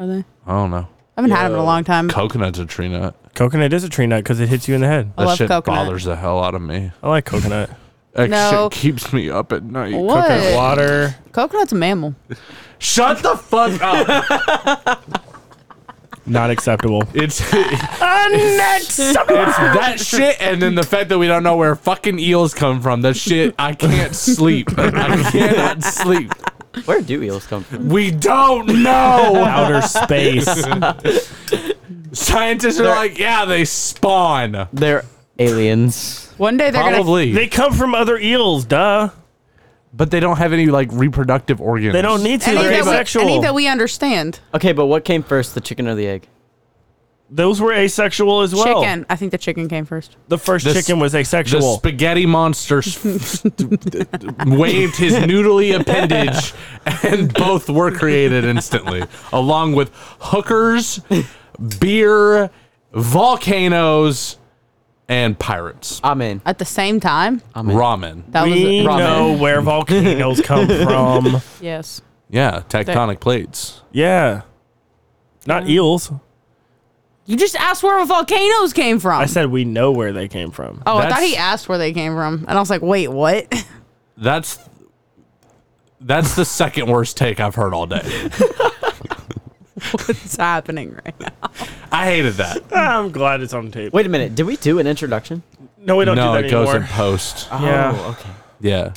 [SPEAKER 4] Are they? I
[SPEAKER 3] I don't know.
[SPEAKER 4] haven't had them in a long time.
[SPEAKER 3] Coconut's a tree nut.
[SPEAKER 2] Coconut is a tree nut because it hits you in the head.
[SPEAKER 4] I
[SPEAKER 3] That
[SPEAKER 4] love
[SPEAKER 3] shit
[SPEAKER 4] coconut.
[SPEAKER 3] bothers the hell out of me.
[SPEAKER 2] I like coconut.
[SPEAKER 3] That
[SPEAKER 4] No.
[SPEAKER 3] shit keeps me up at night.
[SPEAKER 4] What?
[SPEAKER 3] Coconut-
[SPEAKER 2] Water.
[SPEAKER 4] Coconut's a mammal.
[SPEAKER 3] Shut the fuck up.
[SPEAKER 2] Not acceptable.
[SPEAKER 3] It's It's that shit, and then the fact that we don't know where fucking eels come from. That shit, I can't sleep. I cannot sleep.
[SPEAKER 6] Where do eels come from?
[SPEAKER 3] We don't know.
[SPEAKER 2] Outer space.
[SPEAKER 3] Scientists are like, yeah, they spawn.
[SPEAKER 6] They're aliens.
[SPEAKER 4] One day they're gonna.
[SPEAKER 3] Probably.
[SPEAKER 2] they come from other eels, duh.
[SPEAKER 3] But they don't have any like reproductive organs.
[SPEAKER 2] They don't need to.
[SPEAKER 4] Any
[SPEAKER 2] They're
[SPEAKER 4] that, we,
[SPEAKER 2] asexual.
[SPEAKER 4] any that we understand.
[SPEAKER 6] Okay, but what came first, the chicken or the egg?
[SPEAKER 2] Those were asexual as well.
[SPEAKER 4] Chicken. I think the chicken came first.
[SPEAKER 2] The first
[SPEAKER 3] This-
[SPEAKER 2] chicken was
[SPEAKER 3] The
[SPEAKER 2] asexual.
[SPEAKER 3] spaghetti monster s- waved his noodly appendage, and both were created instantly, along with hookers, beer, volcanoes, and pirates.
[SPEAKER 6] Amen.
[SPEAKER 4] At the same time.
[SPEAKER 3] Ramen.
[SPEAKER 4] That was
[SPEAKER 2] we
[SPEAKER 4] it.
[SPEAKER 2] know where volcanoes come from.
[SPEAKER 4] Yes.
[SPEAKER 3] Yeah, tectonic plates.
[SPEAKER 2] Yeah. Not eels.
[SPEAKER 4] You just asked where volcanoes came from.
[SPEAKER 2] I said we know where they came from.
[SPEAKER 4] oh, I thought
[SPEAKER 3] that's-
[SPEAKER 4] he asked where they came from, and I was like, wait, what?
[SPEAKER 3] That's that's the second worst take I've heard all day.
[SPEAKER 4] What's happening right now?
[SPEAKER 3] I hated that.
[SPEAKER 2] I'm glad it's on tape.
[SPEAKER 6] Wait a minute. Did we do an introduction?
[SPEAKER 2] no, we don't
[SPEAKER 3] no,
[SPEAKER 2] do that
[SPEAKER 3] it goes
[SPEAKER 2] anymore.
[SPEAKER 3] in post.
[SPEAKER 2] Yeah.
[SPEAKER 6] Oh, okay.
[SPEAKER 3] Yeah.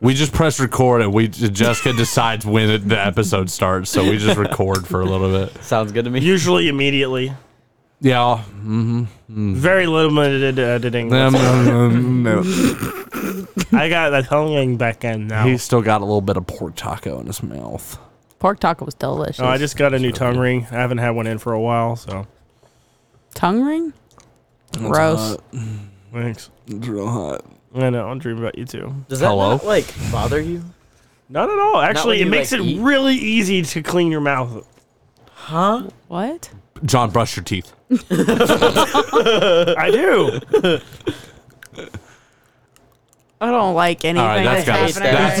[SPEAKER 3] We just press record and we Jessica decides when it, the episode starts, so we just record for a little bit.
[SPEAKER 6] Sounds good to me.
[SPEAKER 2] Usually immediately.
[SPEAKER 3] Yeah. Mm-hmm.
[SPEAKER 2] Very limited editing.
[SPEAKER 3] Um, um, no.
[SPEAKER 2] I got the tongue back in now.
[SPEAKER 3] He's still got a little bit of pork taco in his mouth.
[SPEAKER 4] Pork taco was delicious.
[SPEAKER 2] Oh, I just got a new tongue ring. I haven't had one in for a while, so
[SPEAKER 4] Tongue ring? Gross.
[SPEAKER 2] thanks.
[SPEAKER 3] It's real hot.
[SPEAKER 2] I know. I'm dreaming about you too.
[SPEAKER 6] Does that
[SPEAKER 3] Hello?
[SPEAKER 6] not, like bother you?
[SPEAKER 2] Not at all. Actually, it
[SPEAKER 6] you,
[SPEAKER 2] makes
[SPEAKER 6] like,
[SPEAKER 2] it
[SPEAKER 6] eat?
[SPEAKER 2] really easy to clean your mouth.
[SPEAKER 6] Huh?
[SPEAKER 4] What?
[SPEAKER 3] John, brush your teeth.
[SPEAKER 2] I do.
[SPEAKER 4] I don't like anything.
[SPEAKER 3] All right, that's got to
[SPEAKER 4] that's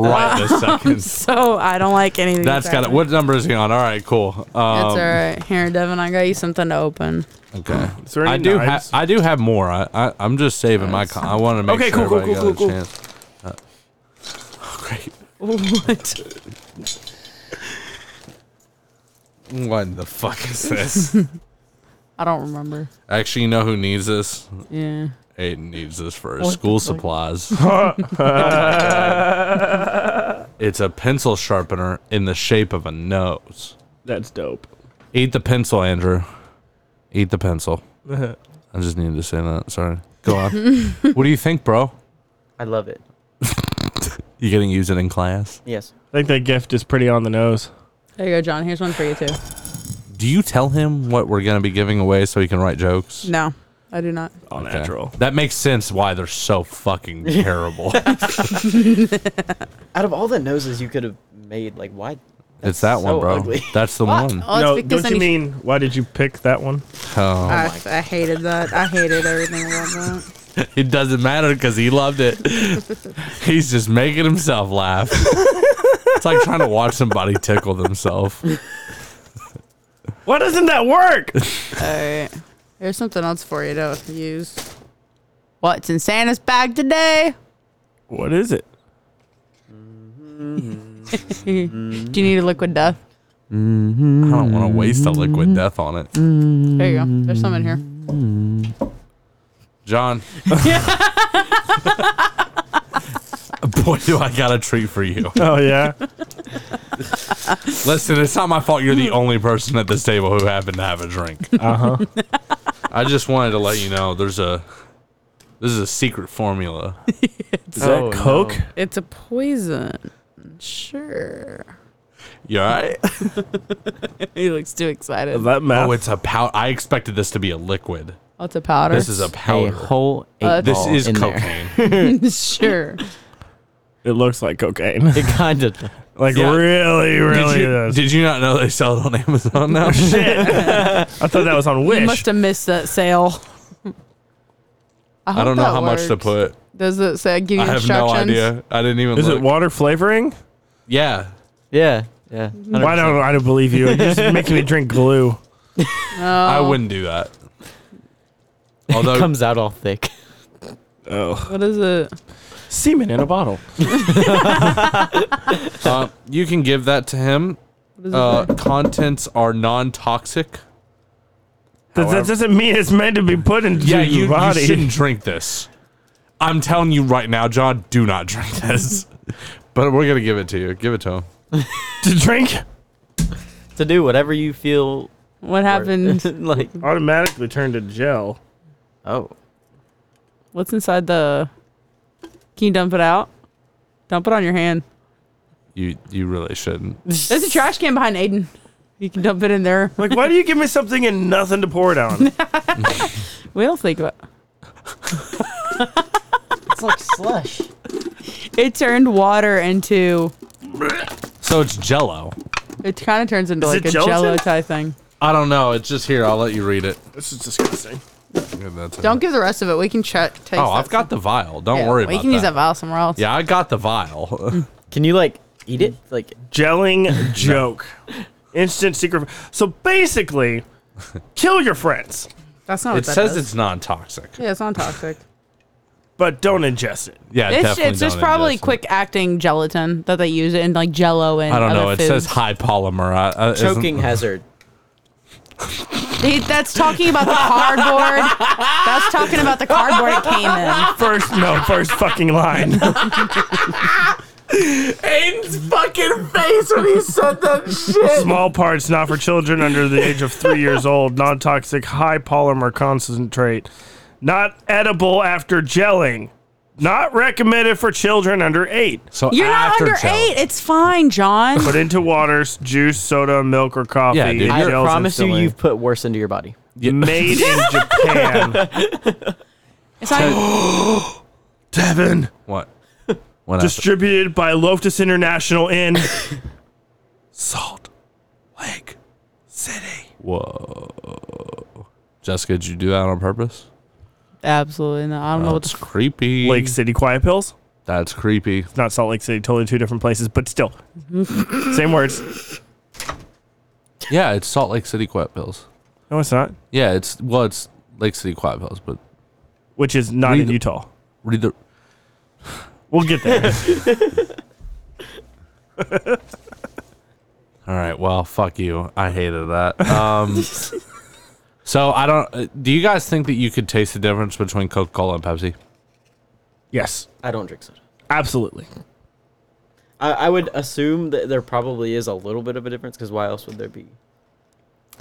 [SPEAKER 3] that's
[SPEAKER 4] right
[SPEAKER 3] got to
[SPEAKER 4] now.
[SPEAKER 3] stop right this
[SPEAKER 4] I'm
[SPEAKER 3] second.
[SPEAKER 4] so I don't like anything.
[SPEAKER 3] That's got to.
[SPEAKER 4] happening.
[SPEAKER 3] What number is he on? All right, cool.
[SPEAKER 4] That's
[SPEAKER 3] Um,
[SPEAKER 4] all right. Here, Devin, I got you something to open.
[SPEAKER 3] Okay.
[SPEAKER 2] Is there any
[SPEAKER 3] I do. Ha-
[SPEAKER 2] knives?
[SPEAKER 3] I do have more. I, I I'm just saving my. Con- I want to make
[SPEAKER 2] Okay,
[SPEAKER 3] sure
[SPEAKER 2] cool, cool,
[SPEAKER 3] everybody
[SPEAKER 2] cool,
[SPEAKER 3] got
[SPEAKER 2] cool,
[SPEAKER 3] a
[SPEAKER 2] cool.
[SPEAKER 3] chance. Uh, oh, great.
[SPEAKER 4] What?
[SPEAKER 3] What the fuck is this?
[SPEAKER 4] I don't remember.
[SPEAKER 3] Actually, you know who needs this?
[SPEAKER 4] Yeah.
[SPEAKER 3] Aiden needs this for his school supplies. it's a pencil sharpener in the shape of a nose.
[SPEAKER 2] That's dope.
[SPEAKER 3] Eat the pencil, Andrew. Eat the pencil. I just needed to say that. Sorry. Go on. what do you think, bro?
[SPEAKER 6] I love it.
[SPEAKER 3] You gonna use it in class?
[SPEAKER 6] Yes.
[SPEAKER 2] I think that gift is pretty on the nose.
[SPEAKER 4] There you go, John. Here's one for you too.
[SPEAKER 3] Do you tell him what we're gonna be giving away so he can write jokes?
[SPEAKER 4] No, I do not.
[SPEAKER 2] All
[SPEAKER 3] Okay.
[SPEAKER 2] natural.
[SPEAKER 3] That makes sense why they're so fucking terrible.
[SPEAKER 6] Out of all the noses you could have made, like why?
[SPEAKER 3] it's that
[SPEAKER 6] so
[SPEAKER 3] one, bro.
[SPEAKER 6] ugly.
[SPEAKER 3] That's the
[SPEAKER 4] What?
[SPEAKER 3] one.
[SPEAKER 4] Oh,
[SPEAKER 2] no,
[SPEAKER 4] it's because
[SPEAKER 2] don't you
[SPEAKER 4] then he-
[SPEAKER 2] mean why did you pick that one?
[SPEAKER 3] Oh.
[SPEAKER 4] I, I hated that. I hated everything about that.
[SPEAKER 3] It doesn't matter because he loved it. He's just making himself laugh. it's like trying to watch somebody tickle themselves.
[SPEAKER 2] Why doesn't that work?
[SPEAKER 4] All right. Here's something else for you to use. What's in Santa's bag today?
[SPEAKER 2] what is it?
[SPEAKER 4] do you need a liquid death?
[SPEAKER 3] I don't want to waste a liquid death on it.
[SPEAKER 4] There you go. There's some in here.
[SPEAKER 3] John. Boy, do I got a treat for you.
[SPEAKER 2] Oh yeah.
[SPEAKER 3] Listen, it's not my fault you're the only person at this table who happened to have a drink.
[SPEAKER 2] uh huh.
[SPEAKER 3] Uh-huh. I just wanted to let you know there's a this is a secret formula.
[SPEAKER 2] Is that
[SPEAKER 6] Oh,
[SPEAKER 2] Coke?
[SPEAKER 6] no.
[SPEAKER 4] It's a poison. Sure.
[SPEAKER 3] You all right?
[SPEAKER 4] He looks too excited.
[SPEAKER 2] Is that meth?
[SPEAKER 3] Oh, it's a powder. I expected this to be a liquid.
[SPEAKER 4] Oh, it's a powder.
[SPEAKER 3] This is a
[SPEAKER 6] A
[SPEAKER 3] powder.
[SPEAKER 6] whole eight
[SPEAKER 4] Uh,
[SPEAKER 3] this
[SPEAKER 6] ball
[SPEAKER 3] is
[SPEAKER 6] in there.
[SPEAKER 3] cocaine.
[SPEAKER 4] sure.
[SPEAKER 2] it looks like cocaine.
[SPEAKER 6] It kind of.
[SPEAKER 2] like
[SPEAKER 3] Yeah.
[SPEAKER 2] really, really.
[SPEAKER 3] Did you,
[SPEAKER 2] does.
[SPEAKER 3] did you not know they sell it on Amazon now?
[SPEAKER 2] Shit. I thought that was on
[SPEAKER 4] You
[SPEAKER 2] Wish.
[SPEAKER 4] must have missed that sale.
[SPEAKER 3] I
[SPEAKER 4] hope
[SPEAKER 3] don't know
[SPEAKER 4] that
[SPEAKER 3] how much to
[SPEAKER 4] works.
[SPEAKER 3] put.
[SPEAKER 4] Does it say give you
[SPEAKER 3] I have no
[SPEAKER 4] instructions?
[SPEAKER 3] idea. I didn't even.
[SPEAKER 2] Is
[SPEAKER 3] look.
[SPEAKER 2] it water flavoring?
[SPEAKER 3] Yeah.
[SPEAKER 6] Yeah. Yeah.
[SPEAKER 2] Why don't I don't believe you? You're just making me drink glue.
[SPEAKER 4] Oh.
[SPEAKER 3] I wouldn't do that. Although
[SPEAKER 6] It comes out all thick.
[SPEAKER 2] Oh,
[SPEAKER 4] What is it?
[SPEAKER 2] semen in a bottle.
[SPEAKER 3] uh, you can give that to him.
[SPEAKER 4] What is
[SPEAKER 3] Uh, contents are non-toxic.
[SPEAKER 2] That, that
[SPEAKER 3] However-
[SPEAKER 2] doesn't mean it's meant to be put into
[SPEAKER 3] Yeah,
[SPEAKER 2] your
[SPEAKER 3] you, you
[SPEAKER 2] body.
[SPEAKER 3] shouldn't drink this. I'm telling you right now, John. Do not drink this. but we're gonna give it to you. Give it to him.
[SPEAKER 2] to drink
[SPEAKER 6] To do whatever you feel
[SPEAKER 4] What happened?
[SPEAKER 6] like.
[SPEAKER 2] automatically turned to gel.
[SPEAKER 6] Oh.
[SPEAKER 4] What's inside the? Can you dump it out? Dump it on your hand.
[SPEAKER 3] You you really shouldn't.
[SPEAKER 4] There's a trash can behind Aiden. You can dump it in there.
[SPEAKER 2] Like, why do you give me something and nothing to pour it on?
[SPEAKER 4] We'll think about
[SPEAKER 8] It's like slush.
[SPEAKER 4] it. Turned water into.
[SPEAKER 3] So it's Jello.
[SPEAKER 4] It kind of turns into
[SPEAKER 2] Is
[SPEAKER 4] like
[SPEAKER 2] it
[SPEAKER 4] a Jello
[SPEAKER 2] gelatin?
[SPEAKER 4] type thing.
[SPEAKER 3] I don't know. It's just here. I'll let you read it.
[SPEAKER 1] This is disgusting.
[SPEAKER 4] Don't give the rest of it. We can ch- taste.
[SPEAKER 3] Oh, I've got the vial. Don't worry about
[SPEAKER 4] We can use that vial somewhere else.
[SPEAKER 3] Yeah, I got the vial.
[SPEAKER 6] Can you like eat it? Like
[SPEAKER 2] Gelling joke. Instant secret. So basically, kill your friends,
[SPEAKER 4] that's not.
[SPEAKER 3] it
[SPEAKER 4] What that
[SPEAKER 3] says
[SPEAKER 4] is.
[SPEAKER 3] it's non-toxic.
[SPEAKER 4] Yeah, it's not toxic.
[SPEAKER 2] but don't ingest it.
[SPEAKER 3] Yeah,
[SPEAKER 4] It's,
[SPEAKER 3] definitely.
[SPEAKER 4] it's just
[SPEAKER 3] don't
[SPEAKER 4] probably
[SPEAKER 3] ingest it.
[SPEAKER 4] quick acting gelatin that they use it in like Jello and
[SPEAKER 3] I don't know.
[SPEAKER 4] other
[SPEAKER 3] It says
[SPEAKER 4] foods.
[SPEAKER 3] high polymer. I, I, isn't-
[SPEAKER 6] choking hazard.
[SPEAKER 4] He- that's talking about the cardboard. that's talking about the cardboard it came in.
[SPEAKER 2] First, no, first fucking line.
[SPEAKER 7] Aiden's fucking face when he said that shit.
[SPEAKER 2] Small parts not for children under the age of three years old. Non toxic, high polymer concentrate. Not edible after gelling. Not recommended for children under eight.
[SPEAKER 3] So
[SPEAKER 4] You're not
[SPEAKER 3] after
[SPEAKER 4] under
[SPEAKER 3] Jello.
[SPEAKER 4] eight. It's fine, John.
[SPEAKER 2] Put into waters, juice, soda, milk, or coffee.
[SPEAKER 3] Yeah, dude,
[SPEAKER 2] It
[SPEAKER 6] I
[SPEAKER 2] gels
[SPEAKER 6] promise you,
[SPEAKER 2] instantly.
[SPEAKER 6] you've put worse into your body.
[SPEAKER 2] made in Japan.
[SPEAKER 4] It's not,
[SPEAKER 2] Devin.
[SPEAKER 3] What? What? happened?
[SPEAKER 2] Distributed by Loftus International in Salt Lake City.
[SPEAKER 3] Whoa. Jessica, did you do that on purpose?
[SPEAKER 4] absolutely not. I don't know what
[SPEAKER 3] That's
[SPEAKER 4] the
[SPEAKER 3] creepy.
[SPEAKER 2] Lake City Quiet Pills.
[SPEAKER 3] That's creepy.
[SPEAKER 2] It's not Salt Lake City. Totally two different places, but still. Same words.
[SPEAKER 3] Yeah, it's Salt Lake City Quiet Pills.
[SPEAKER 2] No, it's not.
[SPEAKER 3] Yeah, it's well, it's Lake City Quiet Pills, but
[SPEAKER 2] Which is not in
[SPEAKER 3] Read-
[SPEAKER 2] Utah.
[SPEAKER 3] read the.
[SPEAKER 2] We'll get there.
[SPEAKER 3] All right. Well, fuck you. I hated that. Um, so I don't. uh, Do you guys think that you could taste the difference between Coca Cola and Pepsi?
[SPEAKER 2] yes.
[SPEAKER 6] I don't drink soda.
[SPEAKER 2] Absolutely.
[SPEAKER 6] I, I would assume that there probably is a little bit of a difference because why else would there be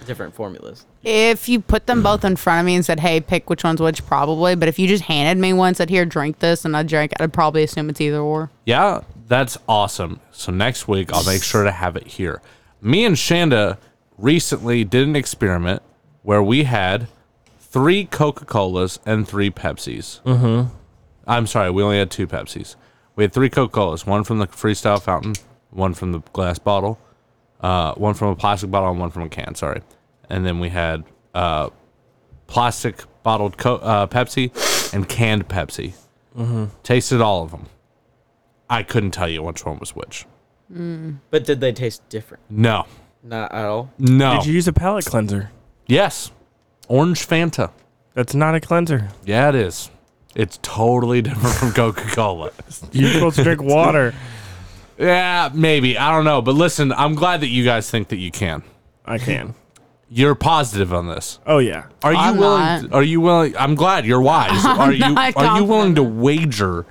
[SPEAKER 6] different formulas?
[SPEAKER 4] If you put them both in front of me and said, "Hey, pick which one's which," probably. But if you just handed me one, said, "Here, drink this," and I drank, it, I'd probably assume it's either or.
[SPEAKER 3] Yeah, that's awesome. So next week I'll make sure to have it here. Me and Shanda recently did an experiment where we had three Coca Colas and three Pepsis. Mm-hmm. I'm sorry, we only had two Pepsis. We had three Coca Colas, one from the freestyle fountain, one from the glass bottle, uh, one from a plastic bottle, and one from a can. Sorry, and then we had uh, plastic bottled co- uh, Pepsi and canned Pepsi. Tasted all of them. I couldn't tell you which one was which.
[SPEAKER 6] But did they taste different?
[SPEAKER 3] No,
[SPEAKER 6] Not at all.
[SPEAKER 3] no.
[SPEAKER 2] Did you use a palate cleanser?
[SPEAKER 3] yes, orange Fanta.
[SPEAKER 2] That's not a cleanser.
[SPEAKER 3] Yeah, it is. It's totally different from Coca Cola.
[SPEAKER 2] You're supposed to drink water.
[SPEAKER 3] yeah, maybe I don't know. But listen, I'm glad that you guys think that you can.
[SPEAKER 2] I can.
[SPEAKER 3] You're positive on this.
[SPEAKER 2] Oh, yeah.
[SPEAKER 3] Are you
[SPEAKER 4] I'm
[SPEAKER 3] willing?
[SPEAKER 4] not.
[SPEAKER 3] Are you willing? I'm glad you're wise. are you?
[SPEAKER 4] not
[SPEAKER 3] Are you willing to wager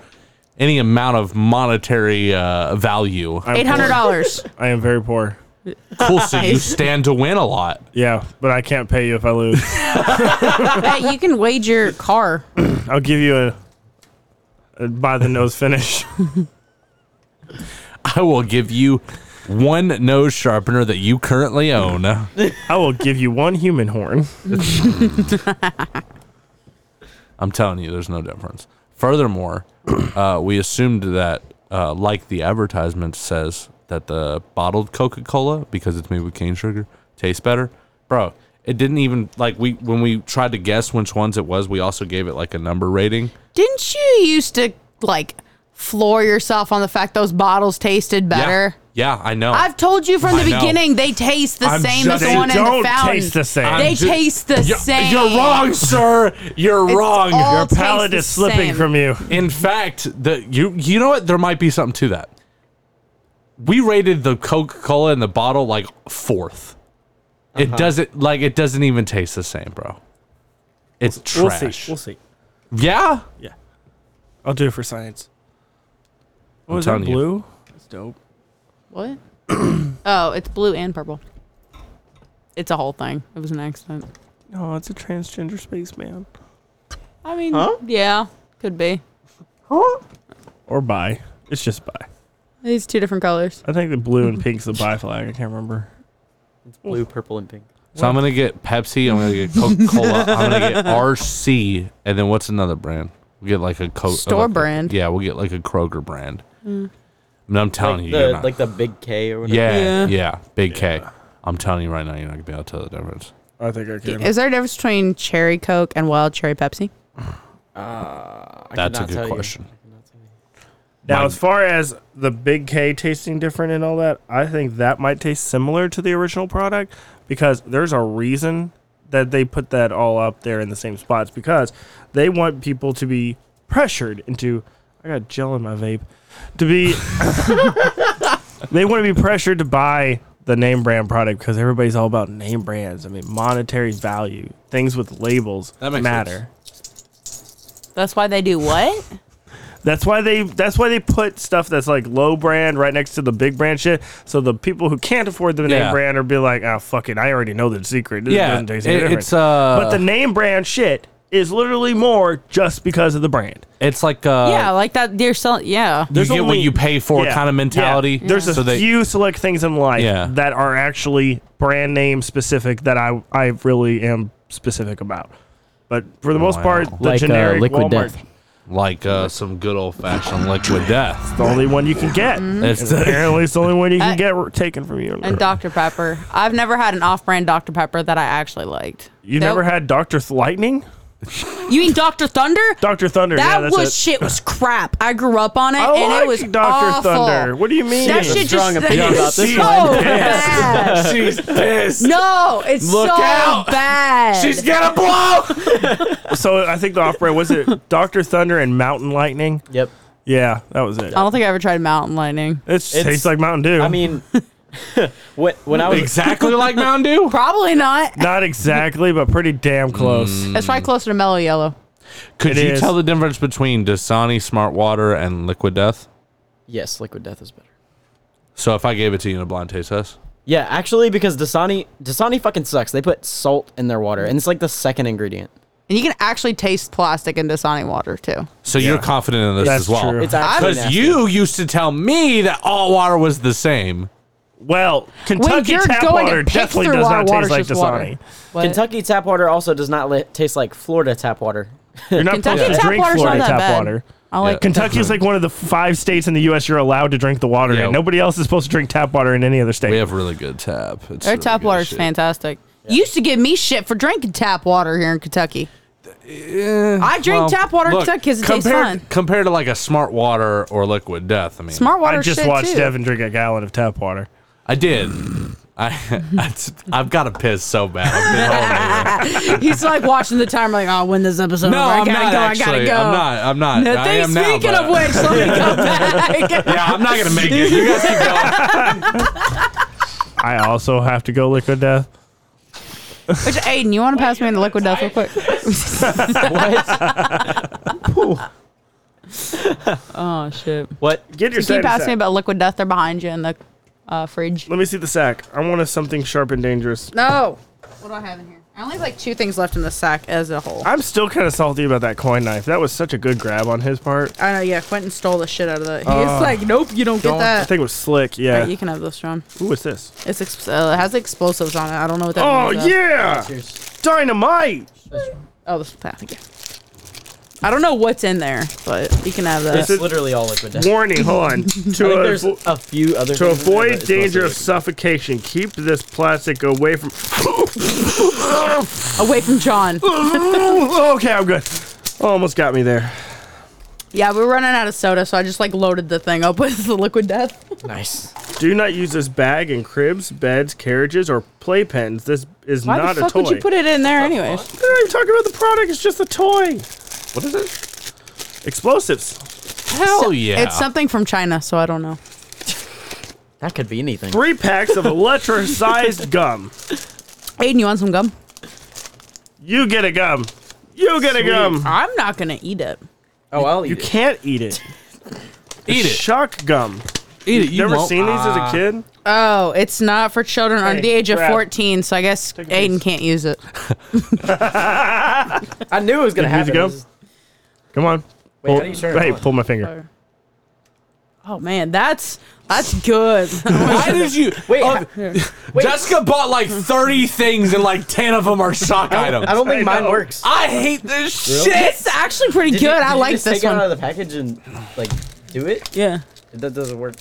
[SPEAKER 3] any amount of monetary uh, value?
[SPEAKER 2] I'm
[SPEAKER 4] Eight hundred
[SPEAKER 2] poor.
[SPEAKER 4] dollars.
[SPEAKER 2] I am very poor.
[SPEAKER 3] Cool. So you stand to win a lot.
[SPEAKER 2] Yeah, but I can't pay you if I lose.
[SPEAKER 4] hey, you can wager car.
[SPEAKER 2] I'll give you a, a by the nose finish.
[SPEAKER 3] I will give you one nose sharpener that you currently own.
[SPEAKER 2] I will give you one human horn.
[SPEAKER 3] I'm telling you, there's no difference. Furthermore, uh, we assumed that, uh, like the advertisement says, that the bottled Coca-Cola, because it's made with cane sugar, tastes better. Bro, it didn't even like we when we tried to guess which ones it was. We also gave it like a number rating.
[SPEAKER 4] Didn't you used to like floor yourself on the fact those bottles tasted better?
[SPEAKER 3] Yeah, yeah I know.
[SPEAKER 4] I've told you from the
[SPEAKER 3] I know.
[SPEAKER 4] beginning they taste the
[SPEAKER 3] I'm
[SPEAKER 4] same as
[SPEAKER 3] just-
[SPEAKER 4] the one in
[SPEAKER 2] don't
[SPEAKER 4] the fountain.
[SPEAKER 2] taste the same.
[SPEAKER 4] They
[SPEAKER 3] I'm ju-
[SPEAKER 4] taste the
[SPEAKER 3] You're-
[SPEAKER 4] same.
[SPEAKER 3] You're wrong, sir. You're
[SPEAKER 4] It's
[SPEAKER 3] wrong.
[SPEAKER 4] all
[SPEAKER 3] You're-
[SPEAKER 2] Your palate
[SPEAKER 4] tastes
[SPEAKER 2] is
[SPEAKER 4] the
[SPEAKER 2] slipping
[SPEAKER 4] same.
[SPEAKER 2] from you.
[SPEAKER 3] In fact, the you you know what? There might be something to that. We rated the Coca-Cola in the bottle like 4th
[SPEAKER 2] Uh-huh.
[SPEAKER 3] It doesn't like it doesn't even taste the same, bro. It's trash.
[SPEAKER 2] We'll see. We'll see.
[SPEAKER 3] Yeah.
[SPEAKER 2] I'll do it for science. What
[SPEAKER 3] I'm
[SPEAKER 2] was that
[SPEAKER 3] telling you.
[SPEAKER 2] blue? That's dope.
[SPEAKER 4] What? oh, it's blue and purple. It's a whole thing. It was an accident.
[SPEAKER 2] No, Oh, it's a transgender spaceman.
[SPEAKER 4] I mean, yeah, could be.
[SPEAKER 2] Or bi. It's just bi.
[SPEAKER 4] These two different colors.
[SPEAKER 2] I think the blue and pink's the bi flag. I can't remember.
[SPEAKER 6] It's blue, purple, and pink.
[SPEAKER 3] So I'm gonna get Pepsi. I'm gonna get Coca Cola. I'm gonna get RC, and then what's another brand? We get like a Co-
[SPEAKER 4] Store
[SPEAKER 3] like a- uh,
[SPEAKER 4] brand. Mm.
[SPEAKER 3] yeah, we'll get like a Kroger brand. I mean, I'm telling
[SPEAKER 6] Like
[SPEAKER 3] you, you're
[SPEAKER 6] the,
[SPEAKER 3] not-
[SPEAKER 6] like the big K or whatever.
[SPEAKER 3] yeah, yeah,
[SPEAKER 4] Yeah.
[SPEAKER 3] Big K. I'm telling you right now, you're not gonna be able to tell the difference.
[SPEAKER 2] I think I can.
[SPEAKER 4] Is there a difference between cherry Coke and wild cherry Pepsi?
[SPEAKER 6] Uh, I could
[SPEAKER 3] That's a
[SPEAKER 6] not tell
[SPEAKER 3] good
[SPEAKER 6] you.
[SPEAKER 3] question.
[SPEAKER 2] Now,
[SPEAKER 3] Mine-
[SPEAKER 2] as far as the big K tasting different and all that, I think that might taste similar to the original product because there's a reason that they put that all up there in the same spots because they want people to be pressured into. I got gel in my vape. To be. they want to be pressured to buy the name brand product because everybody's all about name brands. I mean, monetary value, things with labels
[SPEAKER 3] That makes
[SPEAKER 2] matter.
[SPEAKER 3] sense.
[SPEAKER 8] That's why they do what?
[SPEAKER 2] That's why they that's why they put stuff that's like low brand right next to the big brand shit. So the people who can't afford the name
[SPEAKER 3] Yeah.
[SPEAKER 2] brand are be like, ah, fuck it, I already know the secret. This
[SPEAKER 3] Yeah,
[SPEAKER 2] doesn't taste any
[SPEAKER 3] it-
[SPEAKER 2] different."
[SPEAKER 3] it's, uh,
[SPEAKER 2] but the name brand shit is literally more just because of the brand.
[SPEAKER 3] It's like uh,
[SPEAKER 8] yeah, like that. They're selling. Yeah.
[SPEAKER 3] you
[SPEAKER 2] There's
[SPEAKER 3] get what
[SPEAKER 2] only-
[SPEAKER 3] you pay for
[SPEAKER 2] Yeah.
[SPEAKER 3] kind of mentality.
[SPEAKER 2] Yeah. There's a
[SPEAKER 3] so they-
[SPEAKER 2] few select things in life
[SPEAKER 3] Yeah.
[SPEAKER 2] that are actually brand name specific that I I really am specific about. But for the most
[SPEAKER 3] Wow.
[SPEAKER 2] part, the
[SPEAKER 5] Like, uh,
[SPEAKER 2] generic
[SPEAKER 5] Liquid
[SPEAKER 2] Walmart,
[SPEAKER 5] Death.
[SPEAKER 3] like uh, some good old fashioned liquid death.
[SPEAKER 2] the only one you can get.
[SPEAKER 3] It's the,
[SPEAKER 2] Apparently, it's the only one you can
[SPEAKER 4] Uh,
[SPEAKER 2] get r- taken from you.
[SPEAKER 4] And Dr. Pepper. I've never had an off brand Dr. Pepper that I actually liked.
[SPEAKER 2] you
[SPEAKER 4] Nope.
[SPEAKER 2] never had Doctor Lightning.
[SPEAKER 4] You mean Dr. Thunder?
[SPEAKER 2] Doctor Thunder. yeah,
[SPEAKER 4] that
[SPEAKER 2] that's
[SPEAKER 4] was
[SPEAKER 2] it.
[SPEAKER 4] shit was crap. I grew up on it
[SPEAKER 2] I
[SPEAKER 4] and
[SPEAKER 2] like
[SPEAKER 4] it was
[SPEAKER 2] Doctor
[SPEAKER 4] awful.
[SPEAKER 2] Thunder. What do you mean?
[SPEAKER 4] That shit
[SPEAKER 6] strong
[SPEAKER 4] just
[SPEAKER 6] opinion
[SPEAKER 4] that
[SPEAKER 6] about
[SPEAKER 4] is
[SPEAKER 6] this
[SPEAKER 4] so bad.
[SPEAKER 3] she's pissed.
[SPEAKER 4] No, it's
[SPEAKER 3] Look
[SPEAKER 4] so
[SPEAKER 3] out.
[SPEAKER 4] bad.
[SPEAKER 3] She's gonna blow.
[SPEAKER 2] so I think the off-brand was it Doctor Thunder and Mountain Lightning.
[SPEAKER 6] Yep.
[SPEAKER 2] Yeah, that was it.
[SPEAKER 4] I don't think I ever tried Mountain Lightning.
[SPEAKER 2] It's, tastes like Mountain Dew.
[SPEAKER 6] I mean, when when I was
[SPEAKER 3] exactly like Mountain Dew.
[SPEAKER 4] Probably not.
[SPEAKER 2] not exactly, but pretty damn close.
[SPEAKER 4] It's probably closer to Mellow Yellow.
[SPEAKER 3] Could
[SPEAKER 2] It
[SPEAKER 3] you
[SPEAKER 2] is.
[SPEAKER 3] tell the difference between Dasani Smart Water and Liquid Death?
[SPEAKER 6] yes, Liquid Death is better.
[SPEAKER 3] So if I gave it to you in a blind taste test,
[SPEAKER 6] Yeah, actually, because Dasani Dasani fucking sucks. They put salt in their water, and it's like the second ingredient.
[SPEAKER 4] And you can actually taste plastic in Dasani water too.
[SPEAKER 3] so you're confident in this
[SPEAKER 2] That's
[SPEAKER 3] as well.
[SPEAKER 2] true.
[SPEAKER 6] It's actually
[SPEAKER 3] Because
[SPEAKER 6] nasty.
[SPEAKER 3] you used to tell me that all water was the same.
[SPEAKER 2] Well, Kentucky
[SPEAKER 4] you're
[SPEAKER 2] tap
[SPEAKER 4] going to
[SPEAKER 2] water
[SPEAKER 4] pick
[SPEAKER 2] definitely
[SPEAKER 4] through
[SPEAKER 2] does
[SPEAKER 4] our
[SPEAKER 2] not
[SPEAKER 4] water,
[SPEAKER 2] taste like
[SPEAKER 4] it's just water.
[SPEAKER 2] Dasani.
[SPEAKER 4] What?
[SPEAKER 6] Kentucky tap water also does not li- taste like Florida tap water.
[SPEAKER 2] You're not
[SPEAKER 4] Kentucky
[SPEAKER 2] supposed to
[SPEAKER 4] tap
[SPEAKER 2] drink
[SPEAKER 4] water's not
[SPEAKER 2] Florida
[SPEAKER 4] that
[SPEAKER 2] tap
[SPEAKER 4] bad.
[SPEAKER 2] water.
[SPEAKER 4] I like
[SPEAKER 2] Kentucky is like one of the five states in the U.S. you're allowed to drink the water
[SPEAKER 3] Yeah.
[SPEAKER 2] in. Nobody else is supposed to drink tap water in any other state.
[SPEAKER 3] We have really good tap. It's
[SPEAKER 4] Their
[SPEAKER 3] really
[SPEAKER 4] tap
[SPEAKER 3] good
[SPEAKER 4] water's
[SPEAKER 3] shit.
[SPEAKER 4] fantastic. You Used to give me shit for drinking tap water here in Kentucky. I drink
[SPEAKER 3] Well,
[SPEAKER 4] tap water in
[SPEAKER 3] look,
[SPEAKER 4] Kentucky because it tastes
[SPEAKER 3] compared-
[SPEAKER 4] fun.
[SPEAKER 3] Compared to like a Smart Water or Liquid Death, I mean,
[SPEAKER 4] Smart water
[SPEAKER 2] I just
[SPEAKER 4] shit
[SPEAKER 2] watched
[SPEAKER 4] too.
[SPEAKER 2] Devin drink a gallon of tap water.
[SPEAKER 3] I did. I, I I've got to piss so bad. I've been holding it.
[SPEAKER 4] He's like watching the timer, like, oh, when this episode
[SPEAKER 3] No,
[SPEAKER 4] over, I
[SPEAKER 3] I'm
[SPEAKER 4] gotta
[SPEAKER 3] not
[SPEAKER 4] go, I gotta
[SPEAKER 3] actually.
[SPEAKER 4] go.
[SPEAKER 3] I'm not. I'm not.
[SPEAKER 4] No,
[SPEAKER 3] I
[SPEAKER 4] thanks,
[SPEAKER 3] am now,
[SPEAKER 4] speaking
[SPEAKER 3] but-
[SPEAKER 4] of which, let me come back.
[SPEAKER 3] Yeah, I'm not gonna make it. You guys keep going.
[SPEAKER 2] I also have to go liquid death.
[SPEAKER 4] Which, Aiden, you want to pass me the liquid death real quick? oh shit!
[SPEAKER 6] What?
[SPEAKER 2] Get your
[SPEAKER 4] Can
[SPEAKER 2] sack.
[SPEAKER 4] you pass me about liquid death? They're behind you in the uh, fridge.
[SPEAKER 2] Let me see the sack. I want something sharp and dangerous.
[SPEAKER 4] No. What do I have in here? I only have like two things left in the sack as a whole.
[SPEAKER 2] I'm still kind of salty about that coin knife. That was such a good grab on his part.
[SPEAKER 4] I know, yeah. Quentin stole the shit out of that. He's like, nope, you don't, get
[SPEAKER 2] I
[SPEAKER 4] that.
[SPEAKER 2] Uh, think it was slick. Yeah.
[SPEAKER 4] Alright, Uh, you can have this, John.
[SPEAKER 2] Ooh, what's this?
[SPEAKER 4] It's ex- uh, it has explosives on it. I don't know what that
[SPEAKER 2] Oh
[SPEAKER 4] means, though.
[SPEAKER 2] yeah, dynamite.
[SPEAKER 4] Oh, this pack. Okay. I don't know what's in there, but you can have that.
[SPEAKER 6] It's
[SPEAKER 2] Is it-
[SPEAKER 6] literally all Liquid Death.
[SPEAKER 2] Warning, hold on.
[SPEAKER 6] I
[SPEAKER 2] To,
[SPEAKER 6] think there's
[SPEAKER 2] avo-
[SPEAKER 6] a few other.
[SPEAKER 2] to
[SPEAKER 6] things in there, but
[SPEAKER 2] avoid
[SPEAKER 6] it's mostly
[SPEAKER 2] danger of
[SPEAKER 6] liquid.
[SPEAKER 2] suffocation, keep this plastic away from.
[SPEAKER 4] Away from John.
[SPEAKER 2] okay, I'm good. Almost got me there.
[SPEAKER 4] yeah, we were running out of soda, so I just like loaded the thing up with the liquid death.
[SPEAKER 6] Nice.
[SPEAKER 2] Do not use this bag in cribs, beds, carriages, or playpens. This is
[SPEAKER 4] Why
[SPEAKER 2] not
[SPEAKER 4] the
[SPEAKER 2] a
[SPEAKER 4] fuck
[SPEAKER 2] toy.
[SPEAKER 4] would you put it in there
[SPEAKER 2] They're
[SPEAKER 4] anyway?
[SPEAKER 2] not even talking about the product. It's just a toy. What is it? Explosives.
[SPEAKER 3] Hell yeah!
[SPEAKER 4] It's something from China, so I don't know.
[SPEAKER 6] That could be anything.
[SPEAKER 2] Three packs of electricized gum.
[SPEAKER 4] Aiden, you want some gum?
[SPEAKER 2] You get a gum. You get a gum.
[SPEAKER 4] I'm not gonna eat it.
[SPEAKER 6] Oh, I'll eat
[SPEAKER 2] You
[SPEAKER 6] it.
[SPEAKER 2] can't eat it.
[SPEAKER 3] Eat it.
[SPEAKER 2] Shock gum.
[SPEAKER 3] Eat it. You
[SPEAKER 2] Never
[SPEAKER 3] won't-
[SPEAKER 2] seen these as a kid?
[SPEAKER 4] Oh, it's not for children under
[SPEAKER 2] Hey,
[SPEAKER 4] the age of
[SPEAKER 2] grab.
[SPEAKER 4] 14, so I guess
[SPEAKER 2] a
[SPEAKER 4] Aiden
[SPEAKER 2] piece.
[SPEAKER 4] can't use it.
[SPEAKER 6] I knew it was gonna
[SPEAKER 2] You need to
[SPEAKER 6] happen.
[SPEAKER 2] go?
[SPEAKER 6] I was just-
[SPEAKER 2] Come on.
[SPEAKER 6] Wait,
[SPEAKER 2] Pull-
[SPEAKER 6] how do you turn it
[SPEAKER 2] hey,
[SPEAKER 6] on?
[SPEAKER 2] pull my finger.
[SPEAKER 4] Oh man, that's that's good.
[SPEAKER 3] Why did you?
[SPEAKER 6] Wait,
[SPEAKER 3] Oh,
[SPEAKER 6] ha-
[SPEAKER 3] Jessica bought like 30 things and like 10 of them are shock items.
[SPEAKER 6] I don't think mine works.
[SPEAKER 3] I hate this shit.
[SPEAKER 4] it's actually pretty
[SPEAKER 6] Did
[SPEAKER 4] good.
[SPEAKER 6] you- did
[SPEAKER 4] I
[SPEAKER 6] you
[SPEAKER 4] like
[SPEAKER 6] just
[SPEAKER 4] this
[SPEAKER 6] take it
[SPEAKER 4] one.
[SPEAKER 6] out of the package and like do it.
[SPEAKER 4] yeah,
[SPEAKER 6] That doesn't work.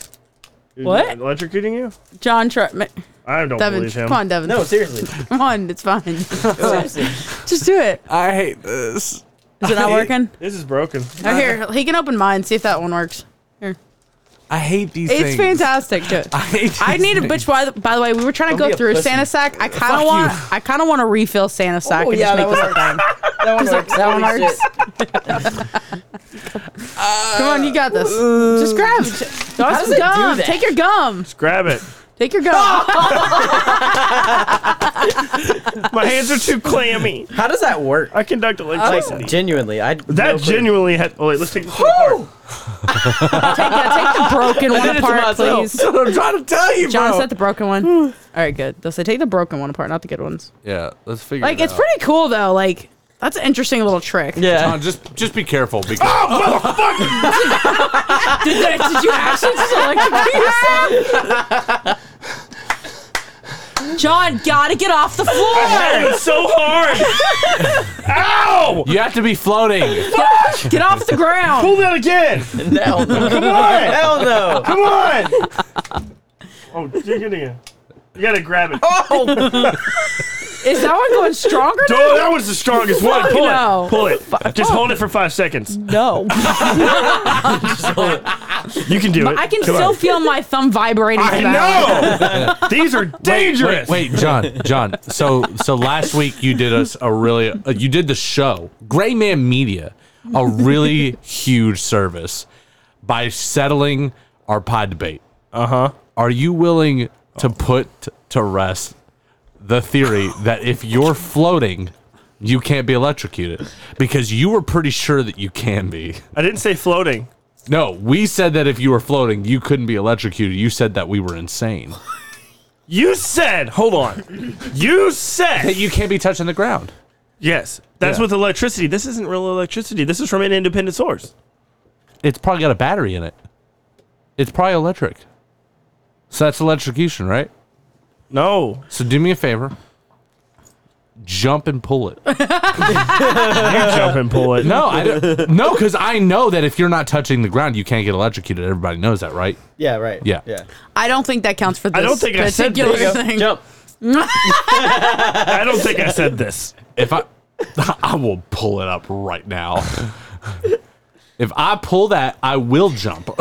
[SPEAKER 4] What?
[SPEAKER 2] Electrocuting you?
[SPEAKER 4] John. Tr- ma-
[SPEAKER 2] I don't
[SPEAKER 4] Devin,
[SPEAKER 2] believe him.
[SPEAKER 4] come on, Devin.
[SPEAKER 6] No, seriously.
[SPEAKER 4] come on, it's fine.
[SPEAKER 6] Seriously.
[SPEAKER 4] Just do it.
[SPEAKER 3] I hate this.
[SPEAKER 4] Is it not working?
[SPEAKER 2] This is broken.
[SPEAKER 4] Oh, here, he can open mine. See if that one works. Here,
[SPEAKER 3] I hate these
[SPEAKER 4] it's
[SPEAKER 3] things.
[SPEAKER 4] fantastic. Good.
[SPEAKER 3] I hate these
[SPEAKER 4] I need a
[SPEAKER 3] things.
[SPEAKER 4] bitch. By the, by the way, we were trying to
[SPEAKER 6] Don't be
[SPEAKER 4] go
[SPEAKER 6] a
[SPEAKER 4] through
[SPEAKER 6] pussy.
[SPEAKER 4] Santa Sack. I kind of
[SPEAKER 3] you.
[SPEAKER 4] want. I kind of want to refill Santa Sack
[SPEAKER 6] Oh,
[SPEAKER 4] and
[SPEAKER 6] yeah,
[SPEAKER 4] just make
[SPEAKER 6] that one
[SPEAKER 4] this
[SPEAKER 6] works.
[SPEAKER 4] a thing.
[SPEAKER 6] That one works.
[SPEAKER 4] that one
[SPEAKER 6] Holy
[SPEAKER 4] works.
[SPEAKER 6] shit.
[SPEAKER 4] Come on, you got this. Just grab. it. Draw
[SPEAKER 6] Uh, How does
[SPEAKER 4] some
[SPEAKER 6] it do
[SPEAKER 4] gum.
[SPEAKER 6] that?
[SPEAKER 4] Take your gum.
[SPEAKER 2] Just grab it.
[SPEAKER 4] Take your gum.
[SPEAKER 2] My hands are too clammy.
[SPEAKER 6] How does that work?
[SPEAKER 2] I conduct electricity.
[SPEAKER 6] Like genuinely, I
[SPEAKER 2] that
[SPEAKER 6] no clue.
[SPEAKER 2] genuinely had. Oh, wait, let's take this one apart.
[SPEAKER 4] Yeah, take the broken one
[SPEAKER 6] did it to
[SPEAKER 4] apart,
[SPEAKER 6] myself.
[SPEAKER 4] please.
[SPEAKER 3] That's what I'm trying to tell you,
[SPEAKER 4] John,
[SPEAKER 3] bro.
[SPEAKER 4] is that the broken one? All right, good. They'll say take the broken one apart, not the good ones.
[SPEAKER 3] yeah, let's figure
[SPEAKER 4] Like
[SPEAKER 3] it
[SPEAKER 4] it's
[SPEAKER 3] out.
[SPEAKER 4] pretty cool though. Like that's an interesting little trick.
[SPEAKER 6] Yeah.
[SPEAKER 3] John, just just be careful because
[SPEAKER 4] Did, they- did you actually just electrocute yourself? John, gotta get off the floor.
[SPEAKER 2] It's so hard. Ow!
[SPEAKER 3] you have to be floating.
[SPEAKER 4] Get off the ground.
[SPEAKER 2] Pull that again.
[SPEAKER 6] Hell no. Come
[SPEAKER 2] on.
[SPEAKER 6] Hell no.
[SPEAKER 2] Come on. oh, you're getting it. You gotta grab it. Oh,
[SPEAKER 4] Is that one going stronger? now?
[SPEAKER 2] that was the strongest one.
[SPEAKER 4] Fuck
[SPEAKER 2] Pull
[SPEAKER 4] no.
[SPEAKER 2] it. Pull it. Just hold it for five seconds.
[SPEAKER 4] No,
[SPEAKER 2] You can do it.
[SPEAKER 4] I can
[SPEAKER 2] Come
[SPEAKER 4] still
[SPEAKER 2] on.
[SPEAKER 4] feel my thumb vibrating. to that one.
[SPEAKER 2] I know. These are dangerous.
[SPEAKER 3] Wait, John, John. So, so last week you did us a really, uh, you did the show, Gray Man Media, a really huge service by settling our pod debate. Uh huh. Are you willing to put to rest the theory that if you're floating, you can't be electrocuted because you were pretty sure that you can be.
[SPEAKER 2] I didn't say floating.
[SPEAKER 3] No, we said that if you were floating, you couldn't be electrocuted. You said that we were insane.
[SPEAKER 2] You said, hold on. You
[SPEAKER 3] That
[SPEAKER 2] said,
[SPEAKER 3] you can't be touching the ground.
[SPEAKER 2] yes. That's
[SPEAKER 3] Yeah.
[SPEAKER 2] with electricity. This isn't real electricity. This is from an independent source.
[SPEAKER 3] it's probably got a battery in it. It's probably electric. So that's electrocution, right?
[SPEAKER 2] No.
[SPEAKER 3] So do me a favor. Jump and pull it.
[SPEAKER 2] Jump and pull it.
[SPEAKER 3] No, I don't, no, because I know that if you're not touching the ground, you can't get electrocuted. Everybody knows that, right?
[SPEAKER 6] Yeah. Right.
[SPEAKER 3] Yeah.
[SPEAKER 6] Yeah.
[SPEAKER 4] I don't think that counts for this.
[SPEAKER 2] I don't think I said
[SPEAKER 4] particular
[SPEAKER 2] this.
[SPEAKER 4] thing.
[SPEAKER 6] Jump.
[SPEAKER 2] I don't think I said this.
[SPEAKER 3] If I, I will pull it up right now. if I pull that, I will jump.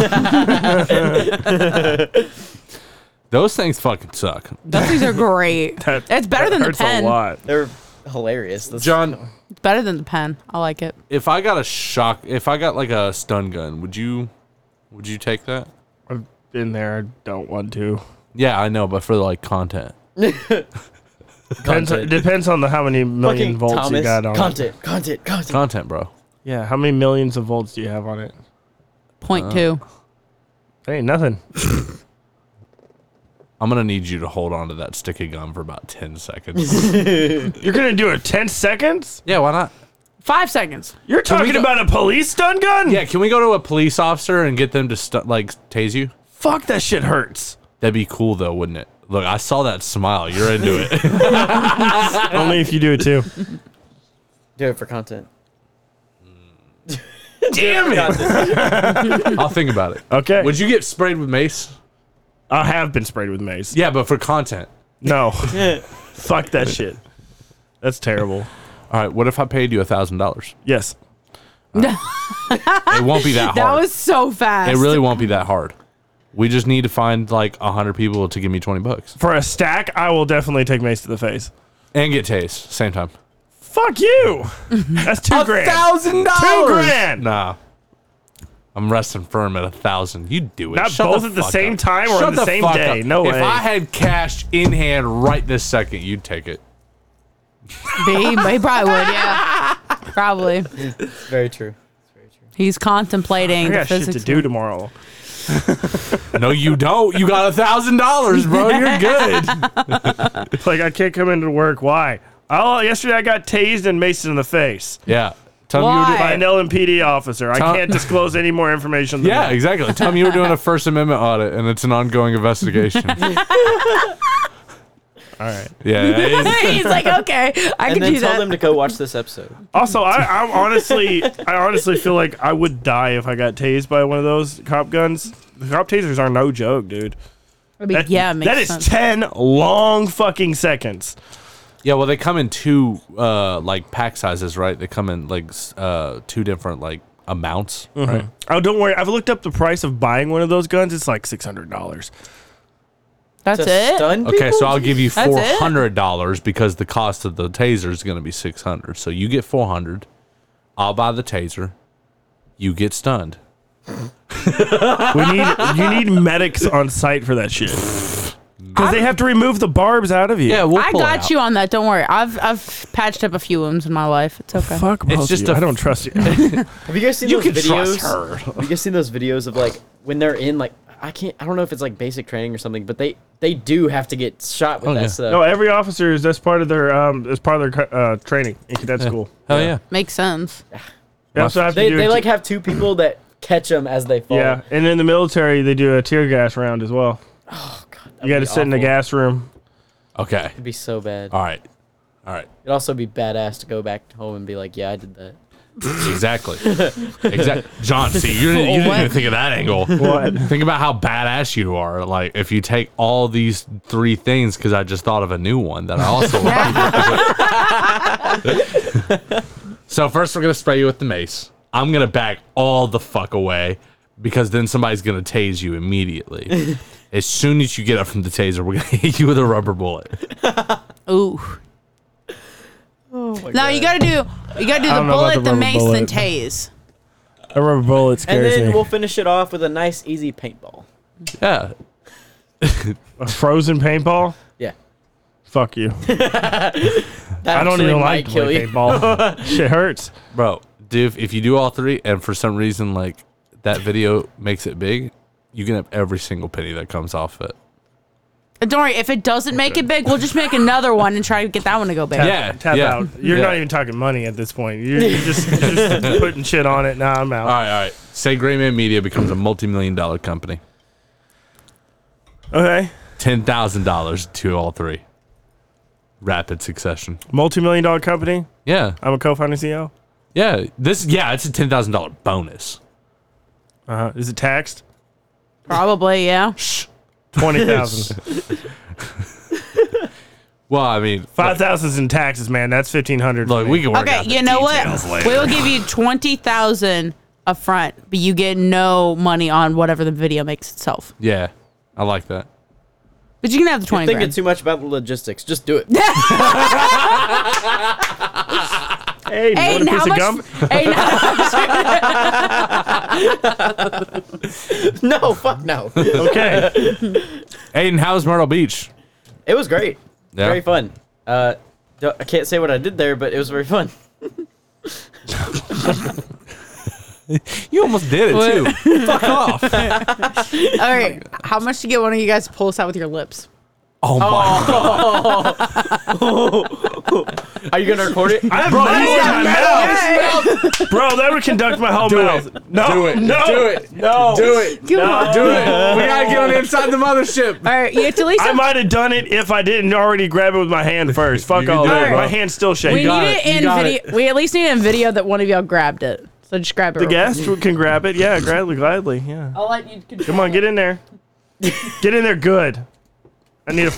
[SPEAKER 3] Those things fucking suck.
[SPEAKER 4] Those things are great.
[SPEAKER 2] That-
[SPEAKER 4] it's better than the
[SPEAKER 2] Hurts a
[SPEAKER 4] pen.
[SPEAKER 2] lot.
[SPEAKER 6] They're hilarious. This
[SPEAKER 3] John,
[SPEAKER 4] It's better than the pen. I like it.
[SPEAKER 3] if I got a shock, if I got like a stun gun, would you, would you take that?
[SPEAKER 2] I've been there. I don't want to.
[SPEAKER 3] Yeah, I know, but for like content.
[SPEAKER 2] Depends,
[SPEAKER 6] Content.
[SPEAKER 2] depends on the how many million
[SPEAKER 6] fucking
[SPEAKER 2] volts
[SPEAKER 6] Thomas.
[SPEAKER 2] you got on it.
[SPEAKER 6] content. Content. Content.
[SPEAKER 3] Content, bro.
[SPEAKER 2] Yeah, how many millions of volts do you have on it?
[SPEAKER 3] Uh.
[SPEAKER 4] Point two.
[SPEAKER 2] That ain't nothing.
[SPEAKER 3] I'm gonna need you to hold on to that stick of gum for about ten seconds.
[SPEAKER 2] You're gonna do it ten seconds?
[SPEAKER 3] yeah, why not?
[SPEAKER 4] Five seconds.
[SPEAKER 2] You're
[SPEAKER 3] Can we
[SPEAKER 2] talking
[SPEAKER 3] go-
[SPEAKER 2] about a police stun gun?
[SPEAKER 3] Yeah, can we go to a police officer and get them to stu- like tase you?
[SPEAKER 2] Fuck that shit hurts.
[SPEAKER 3] That'd be cool though, wouldn't it? Look, I saw that smile. You're into it.
[SPEAKER 2] Only if you do it too.
[SPEAKER 6] Do it for content.
[SPEAKER 2] Damn it!
[SPEAKER 3] I'll think about it.
[SPEAKER 2] Okay.
[SPEAKER 3] Would you get sprayed with mace?
[SPEAKER 2] I have been sprayed with mace.
[SPEAKER 3] Yeah, but for content.
[SPEAKER 2] No. Fuck that shit. That's terrible.
[SPEAKER 3] All right. What if I paid you a thousand dollars?
[SPEAKER 2] Yes.
[SPEAKER 3] It won't be that hard.
[SPEAKER 4] That was so fast.
[SPEAKER 3] it really won't be that hard. We just need to find like a hundred people to give me twenty bucks
[SPEAKER 2] For a stack, I will definitely take mace to the face.
[SPEAKER 3] and get tased same time.
[SPEAKER 2] Fuck you. That's two grand.
[SPEAKER 3] thousand
[SPEAKER 2] Two grand.
[SPEAKER 3] Nah. I'm resting firm at a thousand. You do it.
[SPEAKER 2] Not
[SPEAKER 3] Shut
[SPEAKER 2] both
[SPEAKER 3] the
[SPEAKER 2] at the
[SPEAKER 3] fuck
[SPEAKER 2] same
[SPEAKER 3] up.
[SPEAKER 2] time or
[SPEAKER 3] Shut
[SPEAKER 2] on the same
[SPEAKER 3] fuck
[SPEAKER 2] day.
[SPEAKER 3] up.
[SPEAKER 2] No
[SPEAKER 3] If
[SPEAKER 2] way.
[SPEAKER 3] I had cash in hand right this second, you'd take it.
[SPEAKER 4] He, he probably would. Yeah. Probably.
[SPEAKER 6] It's very true.
[SPEAKER 8] He's contemplating
[SPEAKER 2] I
[SPEAKER 8] the
[SPEAKER 2] got shit to
[SPEAKER 8] physics.
[SPEAKER 2] do tomorrow.
[SPEAKER 3] No, you don't. You got a thousand dollars, bro. You're good.
[SPEAKER 2] It's like I can't come into work. Why? Oh, yesterday I got tased and maced in the face.
[SPEAKER 3] Yeah. Tell them you were doing-
[SPEAKER 2] By an LMPD officer. I
[SPEAKER 3] Tom-
[SPEAKER 2] can't disclose any more information than
[SPEAKER 3] yeah,
[SPEAKER 2] that.
[SPEAKER 3] exactly. Tell them you were doing a First Amendment audit and it's an ongoing investigation. All right. Yeah. it is-
[SPEAKER 4] He's like, okay, I
[SPEAKER 6] and
[SPEAKER 4] can
[SPEAKER 6] then
[SPEAKER 4] do
[SPEAKER 6] tell
[SPEAKER 4] that.
[SPEAKER 6] them to go watch this episode.
[SPEAKER 2] Also, I, I'm honestly, I honestly feel like I would die if I got tased by one of those cop guns. The cop tasers are no joke, dude.
[SPEAKER 4] I mean,
[SPEAKER 2] That-
[SPEAKER 4] yeah, it makes
[SPEAKER 2] that is
[SPEAKER 4] sense.
[SPEAKER 2] ten long fucking seconds.
[SPEAKER 3] Yeah, well, they come in two uh, like pack sizes, right? They come in like s- uh, two different like amounts, right?
[SPEAKER 2] Oh, don't worry. I've looked up the price of buying one of those guns. It's like six hundred dollars.
[SPEAKER 4] That's
[SPEAKER 6] to
[SPEAKER 4] it.
[SPEAKER 6] stun
[SPEAKER 3] Okay,
[SPEAKER 6] people?
[SPEAKER 3] so I'll give you
[SPEAKER 4] That's
[SPEAKER 3] four
[SPEAKER 4] it?
[SPEAKER 3] hundred dollars because the cost of the taser is going to be six hundred. So you get four hundred. I'll buy the taser. You get stunned.
[SPEAKER 2] We need you need medics on site for that shit because they have to remove the barbs out of you.
[SPEAKER 3] Yeah, we'll
[SPEAKER 4] I
[SPEAKER 3] pull it
[SPEAKER 4] got
[SPEAKER 3] out.
[SPEAKER 4] you on that. Don't worry. I've I've patched up a few wounds in my life. It's okay.
[SPEAKER 2] Fuck both
[SPEAKER 3] It's just
[SPEAKER 2] of you.
[SPEAKER 3] a-
[SPEAKER 2] I don't trust you.
[SPEAKER 6] Have you guys seen
[SPEAKER 2] you
[SPEAKER 6] those
[SPEAKER 2] can
[SPEAKER 6] videos?
[SPEAKER 2] trust her.
[SPEAKER 6] Have you guys seen those videos of like when they're in like I can't I don't know if it's like basic training or something, but they they do have to get shot with
[SPEAKER 3] Oh,
[SPEAKER 6] that
[SPEAKER 3] yeah.
[SPEAKER 6] stuff.
[SPEAKER 2] No, every officer is that's part of their um is part of their uh, training in cadet school.
[SPEAKER 3] Hell yeah.
[SPEAKER 4] Makes sense.
[SPEAKER 2] They also have to
[SPEAKER 6] they
[SPEAKER 2] do
[SPEAKER 6] they
[SPEAKER 2] it-
[SPEAKER 6] like have two people that catch them as they fall.
[SPEAKER 2] Yeah, and in the military they do a tear gas round as well. you got to
[SPEAKER 6] be
[SPEAKER 2] sit in the Uh,
[SPEAKER 6] awful.
[SPEAKER 2] gas room.
[SPEAKER 3] Okay.
[SPEAKER 6] It'd be so bad.
[SPEAKER 3] All right. All right.
[SPEAKER 6] It'd also be badass to go back home and be like, yeah, I did that.
[SPEAKER 3] Exactly. exactly. John, see, you didn't, you didn't even think of that angle. Think about how badass you are. Like, if you take all these three things, because I just thought of a new one that I also like. so, first, we're going to spray you with the mace. I'm going to back all the fuck away because then somebody's going to tase you immediately. as soon as you get up from the taser, we're going to hit you with a rubber bullet.
[SPEAKER 4] Ooh. no, you gotta do you gotta do the
[SPEAKER 2] don't know about
[SPEAKER 4] bullet,
[SPEAKER 2] the
[SPEAKER 4] the,
[SPEAKER 2] rubber
[SPEAKER 4] mace,
[SPEAKER 2] bullet.
[SPEAKER 4] and tase.
[SPEAKER 2] A rubber bullet
[SPEAKER 6] And
[SPEAKER 2] scares
[SPEAKER 6] then
[SPEAKER 2] me.
[SPEAKER 6] we'll finish it off with a nice, easy paintball.
[SPEAKER 3] Yeah.
[SPEAKER 2] a frozen paintball.
[SPEAKER 6] Yeah.
[SPEAKER 2] Fuck you.
[SPEAKER 6] That
[SPEAKER 2] I don't
[SPEAKER 6] actually
[SPEAKER 2] even
[SPEAKER 6] might
[SPEAKER 2] like to
[SPEAKER 6] kill
[SPEAKER 2] play
[SPEAKER 6] you.
[SPEAKER 2] paintball. Shit hurts.
[SPEAKER 3] Bro, dude, if- if you do all three and for some reason like that video makes it big, you can have every single penny that comes off it.
[SPEAKER 4] And don't worry, if it doesn't make it big, we'll just make another one and try to get that one to go big.
[SPEAKER 3] Yeah,
[SPEAKER 2] Tap
[SPEAKER 3] yeah,
[SPEAKER 2] out. You're
[SPEAKER 3] yeah.
[SPEAKER 2] not even talking money at this point. You're, you're just, you're just putting shit on it. Nah, I'm out.
[SPEAKER 3] All right, all right. Say Gray Man Media becomes a multi million dollar company.
[SPEAKER 2] Okay.
[SPEAKER 3] Ten thousand dollars to all three. Rapid succession.
[SPEAKER 2] Multi million dollar company.
[SPEAKER 3] Yeah.
[SPEAKER 2] I'm a co founding CEO.
[SPEAKER 3] Yeah. This yeah, it's a ten thousand dollar bonus.
[SPEAKER 2] Uh-huh. Is it taxed?
[SPEAKER 4] Probably, yeah.
[SPEAKER 2] 20000
[SPEAKER 3] Well, I mean
[SPEAKER 2] 5000 is in taxes, man. That's 1500 for
[SPEAKER 3] look,
[SPEAKER 2] me.
[SPEAKER 3] we can work
[SPEAKER 4] Okay,
[SPEAKER 3] out the
[SPEAKER 4] you know what?
[SPEAKER 3] details
[SPEAKER 4] We
[SPEAKER 3] later.
[SPEAKER 4] will give you twenty thousand up front, but you get no money on whatever the video makes itself.
[SPEAKER 3] Yeah. I like that.
[SPEAKER 4] But you can have the twenty
[SPEAKER 6] Thinking
[SPEAKER 4] grand.
[SPEAKER 6] too much about the logistics. Just do it.
[SPEAKER 2] Hey, you want
[SPEAKER 4] Aiden,
[SPEAKER 2] a piece
[SPEAKER 4] how
[SPEAKER 2] of
[SPEAKER 4] much?
[SPEAKER 2] gum?
[SPEAKER 4] Aiden, how much-
[SPEAKER 6] no, fuck no.
[SPEAKER 2] Okay.
[SPEAKER 3] Aiden, how's Myrtle Beach?
[SPEAKER 6] It was great.
[SPEAKER 3] Yeah.
[SPEAKER 6] Very fun. Uh, d- I can't say what I did there, but it was very fun.
[SPEAKER 3] You almost did it too. Fuck off.
[SPEAKER 4] All right, how much to get one of you guys to pull us out with your lips?
[SPEAKER 3] Oh my
[SPEAKER 6] Are you gonna record it?
[SPEAKER 2] I have bro, money in my mouth. Bro, that would conduct my whole mouth. No,
[SPEAKER 3] Do it.
[SPEAKER 2] No,
[SPEAKER 3] Do it.
[SPEAKER 2] No.
[SPEAKER 3] Do it.
[SPEAKER 4] Come on.
[SPEAKER 3] Do it. We gotta get on inside the mothership.
[SPEAKER 4] All right, you have to at least.
[SPEAKER 2] I
[SPEAKER 4] Have,
[SPEAKER 2] might have done it if I didn't already grab it with my hand first. Fuck
[SPEAKER 3] You can
[SPEAKER 2] all
[SPEAKER 3] do
[SPEAKER 2] that.
[SPEAKER 3] it,
[SPEAKER 2] My
[SPEAKER 3] bro.
[SPEAKER 2] hand's still
[SPEAKER 4] we
[SPEAKER 2] shaking.
[SPEAKER 4] need
[SPEAKER 3] got it,
[SPEAKER 4] it
[SPEAKER 3] you
[SPEAKER 4] in
[SPEAKER 3] got
[SPEAKER 4] video. We at least need it in video that one of y'all grabbed it. So just grab it.
[SPEAKER 2] The
[SPEAKER 4] real quick.
[SPEAKER 2] guest can grab it. Yeah, gladly, gladly. Yeah.
[SPEAKER 4] I'll let you. Control.
[SPEAKER 2] Come on, get in there. Get in there good. I need a.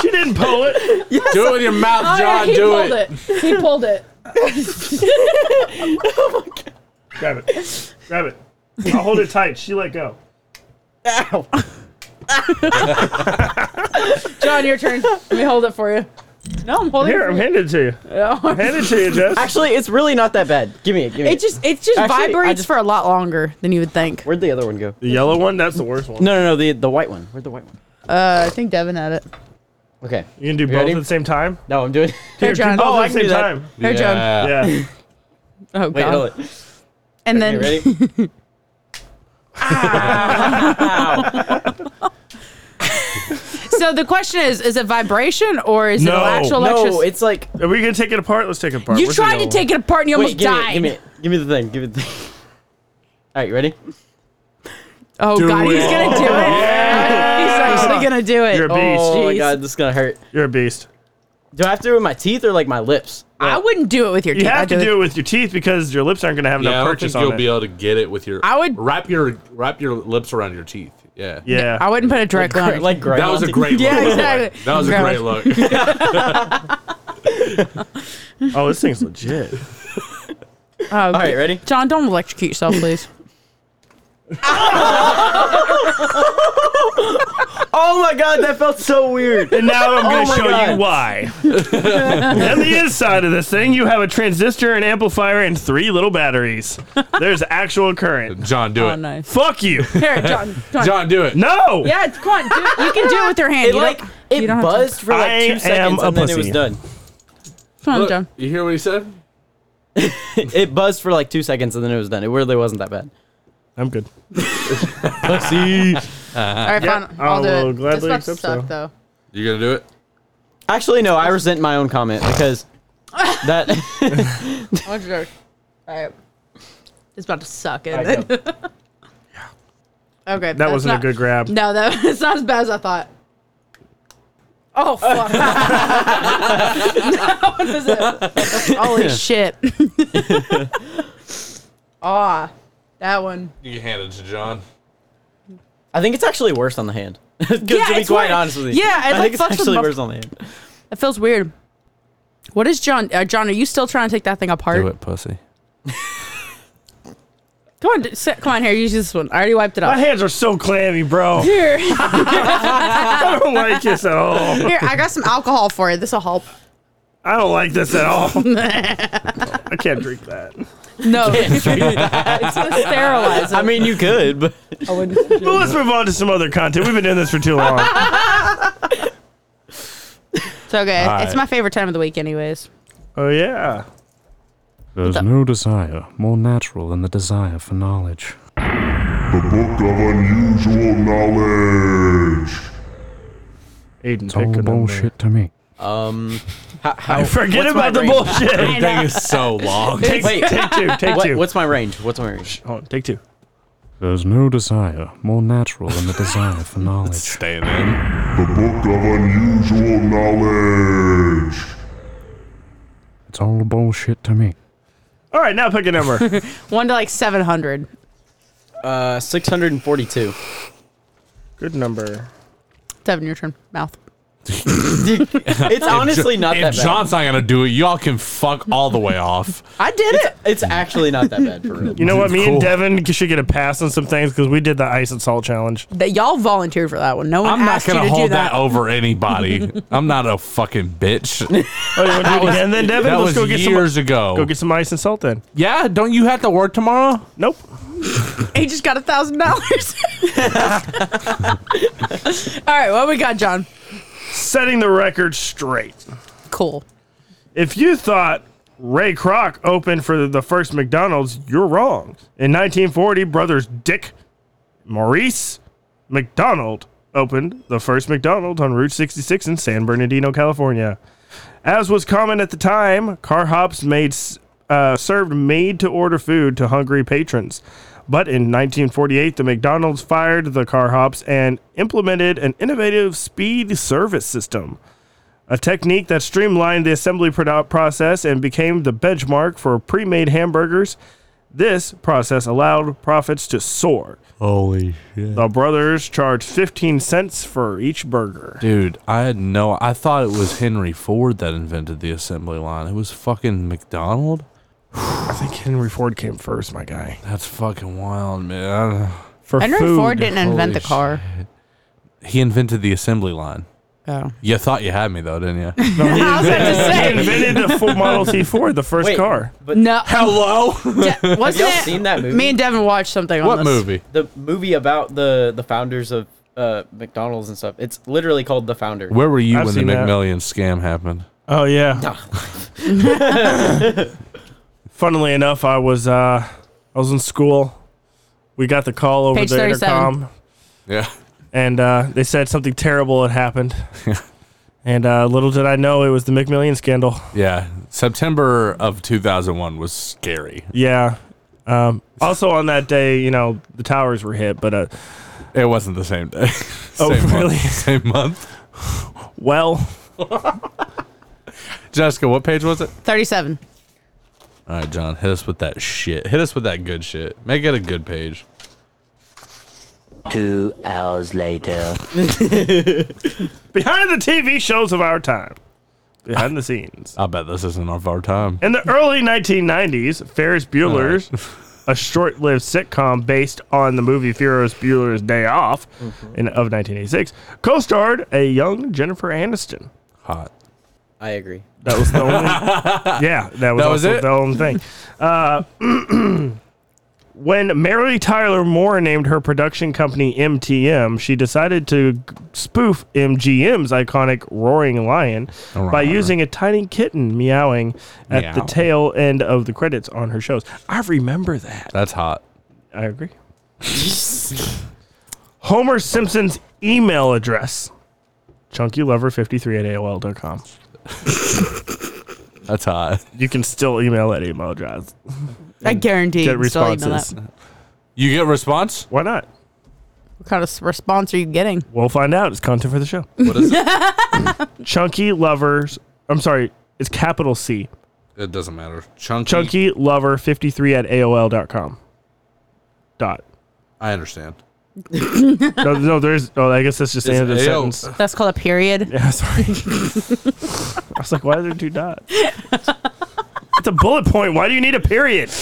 [SPEAKER 2] she didn't pull it.
[SPEAKER 3] Do it with your mouth, John. Do it.
[SPEAKER 4] He pulled it.
[SPEAKER 2] Grab it. Grab it. I'll hold it tight. She let go.
[SPEAKER 4] John, your turn. Let me hold it for you. No, I'm holding
[SPEAKER 2] Here,
[SPEAKER 4] it.
[SPEAKER 2] I'm handing it to you.
[SPEAKER 4] for you.
[SPEAKER 2] Hand it to you, Jess.
[SPEAKER 6] Actually, it's really not that bad. Give me it. Give me
[SPEAKER 4] It
[SPEAKER 6] it.
[SPEAKER 4] just it just
[SPEAKER 6] Actually, I
[SPEAKER 4] vibrates
[SPEAKER 6] just-
[SPEAKER 4] for a lot longer than you would think.
[SPEAKER 6] Where'd the other one go?
[SPEAKER 2] The yellow one, that's the worst one.
[SPEAKER 6] No, no, no. The the white one. Where'd the white one?
[SPEAKER 4] Uh, I think Devin had it.
[SPEAKER 6] Okay.
[SPEAKER 2] You can do both
[SPEAKER 6] ready?
[SPEAKER 2] at the same time?
[SPEAKER 6] No, I'm doing.
[SPEAKER 2] Here,
[SPEAKER 4] Here,
[SPEAKER 2] do
[SPEAKER 4] John.
[SPEAKER 2] both at
[SPEAKER 6] Oh,
[SPEAKER 2] the
[SPEAKER 6] I can
[SPEAKER 2] same
[SPEAKER 6] do that.
[SPEAKER 2] time.
[SPEAKER 4] Here, John.
[SPEAKER 2] Yeah.
[SPEAKER 4] Oh
[SPEAKER 6] Wait,
[SPEAKER 4] god.
[SPEAKER 6] hold it.
[SPEAKER 4] and
[SPEAKER 6] You
[SPEAKER 4] then
[SPEAKER 6] ready?
[SPEAKER 4] so the question is: Is it vibration or is
[SPEAKER 2] No.
[SPEAKER 4] it actual
[SPEAKER 6] No,
[SPEAKER 4] electricity?
[SPEAKER 6] it's like
[SPEAKER 2] Are we gonna take it apart? Let's take it apart.
[SPEAKER 4] you
[SPEAKER 2] Where's
[SPEAKER 4] tried
[SPEAKER 2] the
[SPEAKER 4] to
[SPEAKER 2] yellow
[SPEAKER 4] take it apart and you almost
[SPEAKER 6] wait, give me, it,
[SPEAKER 4] died.
[SPEAKER 6] give me, it, give me the thing, give me the thing. All right, you ready?
[SPEAKER 4] Oh god, he's gonna do it. He's actually gonna do it.
[SPEAKER 2] You're a beast.
[SPEAKER 6] Oh my
[SPEAKER 4] Jeez.
[SPEAKER 6] god, this is gonna hurt.
[SPEAKER 2] one? You're a beast.
[SPEAKER 6] Do I have to do it with my teeth or like my lips?
[SPEAKER 4] I wouldn't do it with your
[SPEAKER 2] You
[SPEAKER 4] teeth.
[SPEAKER 2] have
[SPEAKER 4] I'd
[SPEAKER 2] to
[SPEAKER 4] do it-
[SPEAKER 2] do it with your teeth because your lips aren't gonna have
[SPEAKER 3] Yeah, I
[SPEAKER 2] enough
[SPEAKER 3] don't
[SPEAKER 2] purchase
[SPEAKER 3] think
[SPEAKER 2] on
[SPEAKER 3] you'll
[SPEAKER 2] it.
[SPEAKER 3] be able to get it with your.
[SPEAKER 4] I would-
[SPEAKER 3] wrap your wrap your lips around your teeth. Yeah.
[SPEAKER 2] yeah.
[SPEAKER 4] I wouldn't put it directly on.
[SPEAKER 6] Like grandma
[SPEAKER 3] That was a
[SPEAKER 6] teeth?
[SPEAKER 3] great look.
[SPEAKER 4] Yeah,
[SPEAKER 3] by the way.
[SPEAKER 4] exactly.
[SPEAKER 3] That was a great
[SPEAKER 4] Grandma.
[SPEAKER 3] look.
[SPEAKER 2] oh, this thing's legit.
[SPEAKER 4] oh,
[SPEAKER 6] All right, ready?
[SPEAKER 4] John, don't electrocute yourself, please.
[SPEAKER 6] Oh my god, that felt so weird.
[SPEAKER 2] And now I'm going to
[SPEAKER 6] my
[SPEAKER 2] show you
[SPEAKER 6] God.
[SPEAKER 2] why. On the inside of this thing, you have a transistor, an amplifier, and three little batteries. There's actual current.
[SPEAKER 3] John, do
[SPEAKER 4] Oh
[SPEAKER 3] it.
[SPEAKER 4] nice.
[SPEAKER 2] Fuck you.
[SPEAKER 4] Here, John. John.
[SPEAKER 3] John, do it.
[SPEAKER 2] No.
[SPEAKER 4] Yeah, come on. Do it. You can do it with your hand.
[SPEAKER 6] It
[SPEAKER 4] you
[SPEAKER 6] like
[SPEAKER 4] don't, you
[SPEAKER 6] it
[SPEAKER 4] don't have to-
[SPEAKER 6] buzzed for
[SPEAKER 2] I
[SPEAKER 6] like
[SPEAKER 2] am
[SPEAKER 6] two seconds
[SPEAKER 2] a
[SPEAKER 6] and then it was
[SPEAKER 2] pussy.
[SPEAKER 6] done.
[SPEAKER 4] Come on,
[SPEAKER 3] Look,
[SPEAKER 4] John.
[SPEAKER 3] you hear what he said?
[SPEAKER 6] It buzzed for like two seconds and then it was done. It really wasn't that bad.
[SPEAKER 2] I'm good.
[SPEAKER 6] Uh,
[SPEAKER 4] All right,
[SPEAKER 2] yeah,
[SPEAKER 4] fine. I'll
[SPEAKER 2] I
[SPEAKER 4] do
[SPEAKER 2] will
[SPEAKER 4] it.
[SPEAKER 2] gladly
[SPEAKER 4] This
[SPEAKER 2] accept
[SPEAKER 4] stuff sucked,
[SPEAKER 2] so.
[SPEAKER 4] though.
[SPEAKER 3] You gonna do it?
[SPEAKER 6] Actually, no, I resent my own comment because that
[SPEAKER 4] All right. It's about to suck,
[SPEAKER 6] I
[SPEAKER 4] isn't it?
[SPEAKER 6] know.
[SPEAKER 4] Okay.
[SPEAKER 2] That wasn't a good grab.
[SPEAKER 4] No, that it's not as bad as I thought. Oh fuck! That was it. Holy shit! Ah, that one.
[SPEAKER 3] You can hand it to John.
[SPEAKER 6] I think it's actually worse on the hand. 'Cause to be
[SPEAKER 4] it's
[SPEAKER 6] quite
[SPEAKER 4] worse.
[SPEAKER 6] honest with you,
[SPEAKER 4] Yeah, it,
[SPEAKER 6] I
[SPEAKER 4] like,
[SPEAKER 6] think it's
[SPEAKER 4] fucks with
[SPEAKER 6] actually
[SPEAKER 4] my-
[SPEAKER 6] worse on the hand.
[SPEAKER 4] That feels weird. What is John? Uh, John, are you still trying to take that thing apart?
[SPEAKER 3] it, pussy.
[SPEAKER 4] Come on, d- sit, come on here. Use this one. I already wiped it
[SPEAKER 2] My
[SPEAKER 4] off.
[SPEAKER 2] hands are so clammy, bro.
[SPEAKER 4] Here,
[SPEAKER 2] I don't like this at all.
[SPEAKER 4] here. I got some alcohol for you. This will help.
[SPEAKER 2] I don't like this at all. I can't drink that.
[SPEAKER 4] No, it's gonna sterilize it.
[SPEAKER 6] I mean, you could, but
[SPEAKER 4] I wouldn't-
[SPEAKER 2] But let's move on to some other content. We've been doing this for too long.
[SPEAKER 4] It's okay.
[SPEAKER 3] All
[SPEAKER 4] It's
[SPEAKER 3] right.
[SPEAKER 4] my favorite time of the week, anyways.
[SPEAKER 2] Oh, yeah.
[SPEAKER 9] There's no desire more natural than the desire for knowledge.
[SPEAKER 10] The Book of Unusual Knowledge.
[SPEAKER 2] Aiden,
[SPEAKER 9] It's all
[SPEAKER 2] pick a number.
[SPEAKER 9] bullshit to me.
[SPEAKER 6] um, how,
[SPEAKER 2] I
[SPEAKER 6] how,
[SPEAKER 2] forget
[SPEAKER 6] what's my
[SPEAKER 2] about the
[SPEAKER 6] range?
[SPEAKER 2] bullshit.
[SPEAKER 3] Thing is so long.
[SPEAKER 2] Take,
[SPEAKER 6] Wait.
[SPEAKER 2] take two. Take
[SPEAKER 6] What,
[SPEAKER 2] two.
[SPEAKER 6] what's my range? What's my range?
[SPEAKER 2] Hold on, take two.
[SPEAKER 9] There's no desire more natural than the desire for knowledge.
[SPEAKER 3] Staying in.
[SPEAKER 10] The Book of Unusual Knowledge.
[SPEAKER 9] It's all bullshit to me.
[SPEAKER 2] All right, now pick a number.
[SPEAKER 4] One to like seven hundred.
[SPEAKER 6] Uh, six hundred and forty-two.
[SPEAKER 2] Good number.
[SPEAKER 4] Devin, your turn. Mouth.
[SPEAKER 6] It's honestly not
[SPEAKER 3] If
[SPEAKER 6] that bad.
[SPEAKER 3] John's not gonna do it, y'all can fuck all the way off.
[SPEAKER 4] I did it.
[SPEAKER 6] It's actually not that bad for real.
[SPEAKER 2] You know what? Me
[SPEAKER 3] Cool.
[SPEAKER 2] and Devin should get a pass on some things because we did the ice and salt challenge.
[SPEAKER 4] That y'all volunteered for that one. No one
[SPEAKER 3] I'm not
[SPEAKER 4] asked you
[SPEAKER 3] gonna
[SPEAKER 4] to do
[SPEAKER 3] hold
[SPEAKER 4] that.
[SPEAKER 3] that. over anybody. I'm not a fucking bitch.
[SPEAKER 2] Oh, you want to do it again then, Devin?
[SPEAKER 3] that
[SPEAKER 2] Let's
[SPEAKER 3] was
[SPEAKER 2] go get
[SPEAKER 3] years
[SPEAKER 2] some.
[SPEAKER 3] ago.
[SPEAKER 2] Go get some ice and salt then.
[SPEAKER 3] yeah, don't you have to work tomorrow?
[SPEAKER 2] Nope.
[SPEAKER 4] He just got a thousand dollars. All right, what we got, John?
[SPEAKER 2] Setting the record straight.
[SPEAKER 4] Cool.
[SPEAKER 2] If you thought Ray Kroc opened for the first McDonald's, you're wrong. In 1940, brothers Dick Maurice McDonald opened the first McDonald's on Route 66 in San Bernardino, California. As was common at the time, car hops made s- uh, served made-to-order food to hungry patrons. But in 1948, the McDonald's fired the car hops and implemented an innovative speed service system a technique that streamlined the assembly produ- process and became the benchmark for pre made hamburgers. This process allowed profits to soar.
[SPEAKER 3] Holy shit.
[SPEAKER 2] The brothers charged 15 cents for each burger.
[SPEAKER 3] Dude, I had no I thought it was Henry Ford that invented the assembly line. It was fucking McDonald?
[SPEAKER 2] I think Henry Ford came first, my guy.
[SPEAKER 3] That's fucking wild, man.
[SPEAKER 2] For
[SPEAKER 4] Henry
[SPEAKER 2] food.
[SPEAKER 4] Ford didn't invent the
[SPEAKER 3] Holy
[SPEAKER 4] car.
[SPEAKER 3] He invented the assembly line.
[SPEAKER 4] Oh.
[SPEAKER 3] You thought you had me though, didn't you?
[SPEAKER 4] I was about to
[SPEAKER 2] He
[SPEAKER 4] say
[SPEAKER 2] invented the full Model T Ford, the first
[SPEAKER 6] Wait.
[SPEAKER 2] car.
[SPEAKER 4] no.
[SPEAKER 3] Hello?
[SPEAKER 4] De-
[SPEAKER 6] Have y'all
[SPEAKER 4] wasn't it?
[SPEAKER 6] seen that movie?
[SPEAKER 4] Me and Devin watched something on
[SPEAKER 3] what
[SPEAKER 4] this.
[SPEAKER 3] movie?
[SPEAKER 6] the movie about the the founders of uh, McDonald's and stuff. It's literally called The Founder.
[SPEAKER 3] Where were you
[SPEAKER 2] I've
[SPEAKER 3] when the
[SPEAKER 2] seen that.
[SPEAKER 3] McMillian scam happened?
[SPEAKER 2] Oh, yeah. Funnily enough, I was, uh, I was in school. We got the call over
[SPEAKER 4] Page
[SPEAKER 2] the
[SPEAKER 4] 37.
[SPEAKER 2] intercom.
[SPEAKER 3] Yeah.
[SPEAKER 2] and uh, they said something terrible had happened. and uh, little did I know it was the McMillian scandal.
[SPEAKER 3] Yeah, September of 2001 was scary.
[SPEAKER 2] Yeah. Um, also on that day, you know, the towers were hit, but uh,
[SPEAKER 3] it wasn't the same day.
[SPEAKER 2] Oh,
[SPEAKER 3] Same month.
[SPEAKER 2] really?
[SPEAKER 3] Same month.
[SPEAKER 2] Well,
[SPEAKER 3] Jessica, what page was it?
[SPEAKER 4] 37.
[SPEAKER 3] All right, John, hit us with that shit. Hit us with that good shit. Make it a good page.
[SPEAKER 11] Two hours later.
[SPEAKER 2] behind the TV shows of our time, behind the scenes.
[SPEAKER 3] I bet this isn't of our time.
[SPEAKER 2] In the early 1990s, Ferris Bueller's, a short-lived sitcom based on the movie Ferris Bueller's Day Off in, of 1986, co-starred a young Jennifer Aniston.
[SPEAKER 3] Hot.
[SPEAKER 6] I agree.
[SPEAKER 2] That was the only. yeah, that was,
[SPEAKER 6] That was
[SPEAKER 2] also
[SPEAKER 6] it?
[SPEAKER 2] the only thing. Uh, when Mary Tyler Moore named her production company MTM, she decided to g- spoof MGM's iconic Roaring Lion by
[SPEAKER 7] Roar.
[SPEAKER 2] using a tiny kitten meowing at the
[SPEAKER 7] Meow.
[SPEAKER 2] tail end of the credits on her shows. I remember that.
[SPEAKER 3] That's hot.
[SPEAKER 2] I agree. Homer Simpson's email address chunkylover53 at AOL.com.
[SPEAKER 3] That's hot.
[SPEAKER 2] You can still email that email address.
[SPEAKER 4] I guarantee
[SPEAKER 2] Get
[SPEAKER 4] you can still email
[SPEAKER 2] responses.
[SPEAKER 4] that.
[SPEAKER 3] You get response?
[SPEAKER 2] Why not?
[SPEAKER 4] What kind of s- response are you getting?
[SPEAKER 2] We'll find out. It's content for the show.
[SPEAKER 3] What is it?
[SPEAKER 2] Chunky lovers. I'm sorry. It's capital C.
[SPEAKER 3] it doesn't matter. Chunky.
[SPEAKER 2] Chunky lover 53 at AOL.com. Dot.
[SPEAKER 3] I understand.
[SPEAKER 2] No, no there's. Oh, I guess that's just the
[SPEAKER 3] It's
[SPEAKER 2] end of the
[SPEAKER 3] AOL.
[SPEAKER 2] sentence.
[SPEAKER 4] That's called a period.
[SPEAKER 2] Yeah, sorry. I was like, why are there two dots? It's a bullet point. Why do you need a period?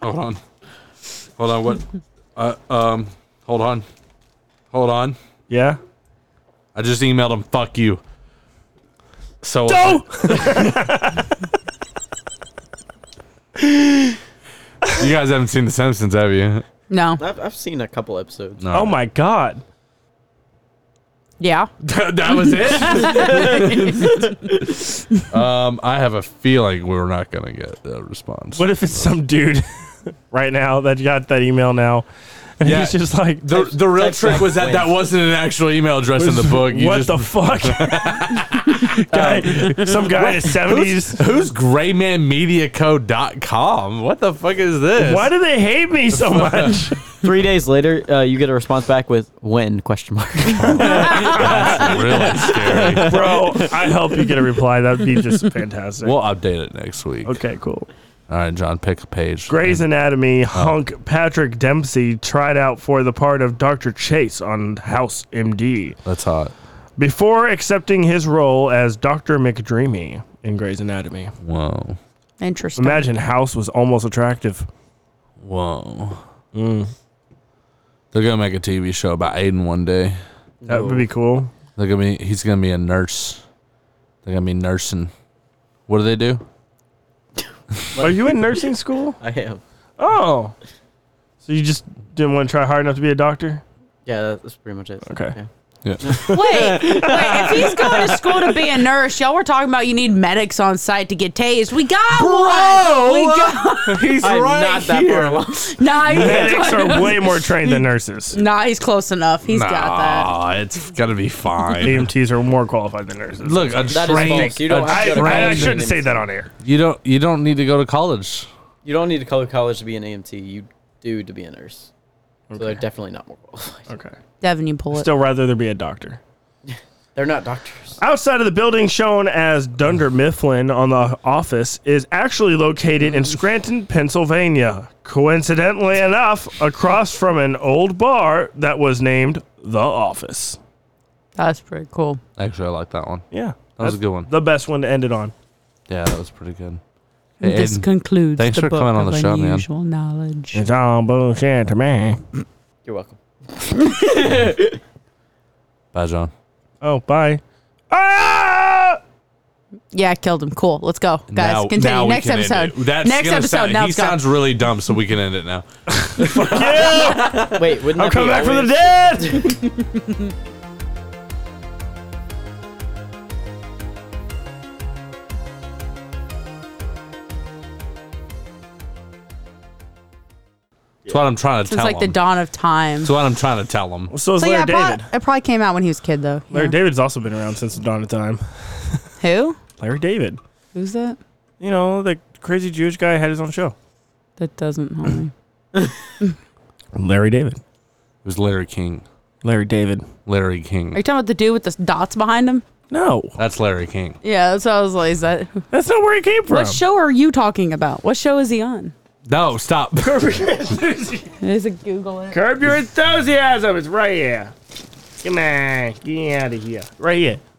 [SPEAKER 3] Hold on. Hold on. What? Uh, um. Hold on. Hold on.
[SPEAKER 2] Yeah.
[SPEAKER 3] I just emailed him. Fuck you. So. uh, you guys haven't seen The Simpsons, have you?
[SPEAKER 4] No.
[SPEAKER 6] I've, I've seen a couple episodes.
[SPEAKER 3] No. Oh
[SPEAKER 2] my god.
[SPEAKER 4] Yeah.
[SPEAKER 3] that was it. um, I have a feeling we're not gonna get a response.
[SPEAKER 2] What if it's some dude right now that got that email now? And
[SPEAKER 3] Yeah.
[SPEAKER 2] he's just like,
[SPEAKER 3] The, the real
[SPEAKER 2] Text
[SPEAKER 3] trick
[SPEAKER 2] back
[SPEAKER 3] was that that
[SPEAKER 2] wins.
[SPEAKER 3] wasn't an actual email address in the book. You
[SPEAKER 2] what
[SPEAKER 3] just-
[SPEAKER 2] the fuck? guy, some guy in his
[SPEAKER 3] Who's-
[SPEAKER 2] 70s.
[SPEAKER 3] Who's graymanmediaco.com? What the fuck is this?
[SPEAKER 2] Why do they hate me so much?
[SPEAKER 6] Three days later, uh, you get a response back with when question mark.
[SPEAKER 3] really scary.
[SPEAKER 2] Bro, I hope you get a reply. That would be just fantastic.
[SPEAKER 3] We'll update it next week.
[SPEAKER 2] Okay, cool.
[SPEAKER 3] All right, John, pick a page.
[SPEAKER 2] Grey's
[SPEAKER 3] Oh.
[SPEAKER 2] Anatomy hunk Patrick Dempsey tried out for the part of Dr. Chase on House MD.
[SPEAKER 3] That's hot.
[SPEAKER 2] Before accepting his role as Dr. McDreamy in Grey's Anatomy.
[SPEAKER 3] Whoa.
[SPEAKER 4] Interesting.
[SPEAKER 2] Imagine House was almost attractive.
[SPEAKER 3] Whoa.
[SPEAKER 4] Mm.
[SPEAKER 3] They're gonna make a TV show about Aiden one day.
[SPEAKER 2] That would be cool.
[SPEAKER 3] They're gonna be he's gonna be a nurse. They're gonna be nursing. What do they do?
[SPEAKER 2] Are you in nursing school?
[SPEAKER 6] I am.
[SPEAKER 2] Oh. So you just didn't want to try hard enough to be a doctor?
[SPEAKER 6] Yeah, that- that's pretty much it.
[SPEAKER 2] Okay.
[SPEAKER 6] Yeah.
[SPEAKER 3] Yeah.
[SPEAKER 4] Wait, wait, if he's going to school to be a nurse, y'all were talking about you need medics on site to get tased. We got one. We got
[SPEAKER 3] He's
[SPEAKER 6] I'm not that far along.
[SPEAKER 4] Nah, he's
[SPEAKER 2] Medics are way more trained than nurses.
[SPEAKER 4] Nah, he's close enough. He's got that.
[SPEAKER 3] Aw, it's gonna be fine.
[SPEAKER 2] EMTs are more qualified than nurses.
[SPEAKER 3] Look, a
[SPEAKER 6] That is
[SPEAKER 3] trained.
[SPEAKER 6] false. You don't
[SPEAKER 3] a
[SPEAKER 6] have to
[SPEAKER 2] I,
[SPEAKER 6] go to
[SPEAKER 2] I, I
[SPEAKER 6] college.
[SPEAKER 2] shouldn't say that on air.
[SPEAKER 3] You don't. You don't need to go to college.
[SPEAKER 6] You don't need to go to college to be an AMT. You do to be a nurse. So they're definitely not more qualified.
[SPEAKER 2] Okay.
[SPEAKER 4] Devin, you pull it.
[SPEAKER 2] Still rather there be a doctor.
[SPEAKER 6] They're not doctors.
[SPEAKER 2] Outside of the building shown as Dunder Mifflin on the office is actually located in Scranton, Pennsylvania. Coincidentally enough, across from an old bar that was named The Office.
[SPEAKER 4] That's pretty cool.
[SPEAKER 3] Actually, I like that one.
[SPEAKER 2] Yeah.
[SPEAKER 3] That was
[SPEAKER 2] that's
[SPEAKER 3] a good one.
[SPEAKER 2] The best one to end it on.
[SPEAKER 3] Yeah, that was pretty good. Hey,
[SPEAKER 8] This
[SPEAKER 3] Aiden,
[SPEAKER 8] concludes
[SPEAKER 3] thanks
[SPEAKER 8] the
[SPEAKER 3] for
[SPEAKER 8] book
[SPEAKER 3] coming on
[SPEAKER 8] of
[SPEAKER 3] the show, man.
[SPEAKER 8] unusual knowledge.
[SPEAKER 2] It's all bullshit to me.
[SPEAKER 6] You're welcome.
[SPEAKER 3] Bye, John.
[SPEAKER 2] Oh, bye. Ah!
[SPEAKER 4] Yeah, I killed him. Cool. Let's go, guys.
[SPEAKER 3] Now-
[SPEAKER 4] continue
[SPEAKER 3] now we
[SPEAKER 4] next
[SPEAKER 3] can end
[SPEAKER 4] episode.
[SPEAKER 3] it. That's
[SPEAKER 4] next
[SPEAKER 3] gonna
[SPEAKER 4] episode.
[SPEAKER 3] Sound,
[SPEAKER 4] now
[SPEAKER 3] he
[SPEAKER 4] it's gone.
[SPEAKER 3] sounds really dumb, so we can end it now.
[SPEAKER 6] Wait, wouldn't
[SPEAKER 2] I'm
[SPEAKER 6] that
[SPEAKER 2] coming
[SPEAKER 6] be
[SPEAKER 2] back from the
[SPEAKER 6] always-
[SPEAKER 2] dead.
[SPEAKER 3] That's what I'm trying to
[SPEAKER 4] Since
[SPEAKER 3] tell
[SPEAKER 4] like the
[SPEAKER 3] him.
[SPEAKER 4] dawn of time.
[SPEAKER 3] That's what I'm trying to tell him.
[SPEAKER 2] So is
[SPEAKER 4] So
[SPEAKER 2] Larry
[SPEAKER 4] yeah, it prob-
[SPEAKER 2] David.
[SPEAKER 4] it probably came out when he was a kid though.
[SPEAKER 2] Larry
[SPEAKER 4] yeah.
[SPEAKER 2] David's also been around since the dawn of time.
[SPEAKER 4] Who?
[SPEAKER 2] Larry David.
[SPEAKER 4] Who's that?
[SPEAKER 2] You know, the crazy Jewish guy had his own show.
[SPEAKER 4] That doesn't help me.
[SPEAKER 2] Larry David. It
[SPEAKER 3] was Larry King.
[SPEAKER 2] Larry David.
[SPEAKER 3] Larry
[SPEAKER 4] Are
[SPEAKER 3] King.
[SPEAKER 4] you talking about the dude with the dots behind him?
[SPEAKER 2] No.
[SPEAKER 3] That's Larry King.
[SPEAKER 4] Yeah, that's what I was like. Is that?
[SPEAKER 2] That's not where he came
[SPEAKER 4] What show are you talking about? What show is he on?
[SPEAKER 3] No, stop.
[SPEAKER 4] Is it Google it?
[SPEAKER 2] Curb your enthusiasm. It's right here. Come on. Get out of here. Right here.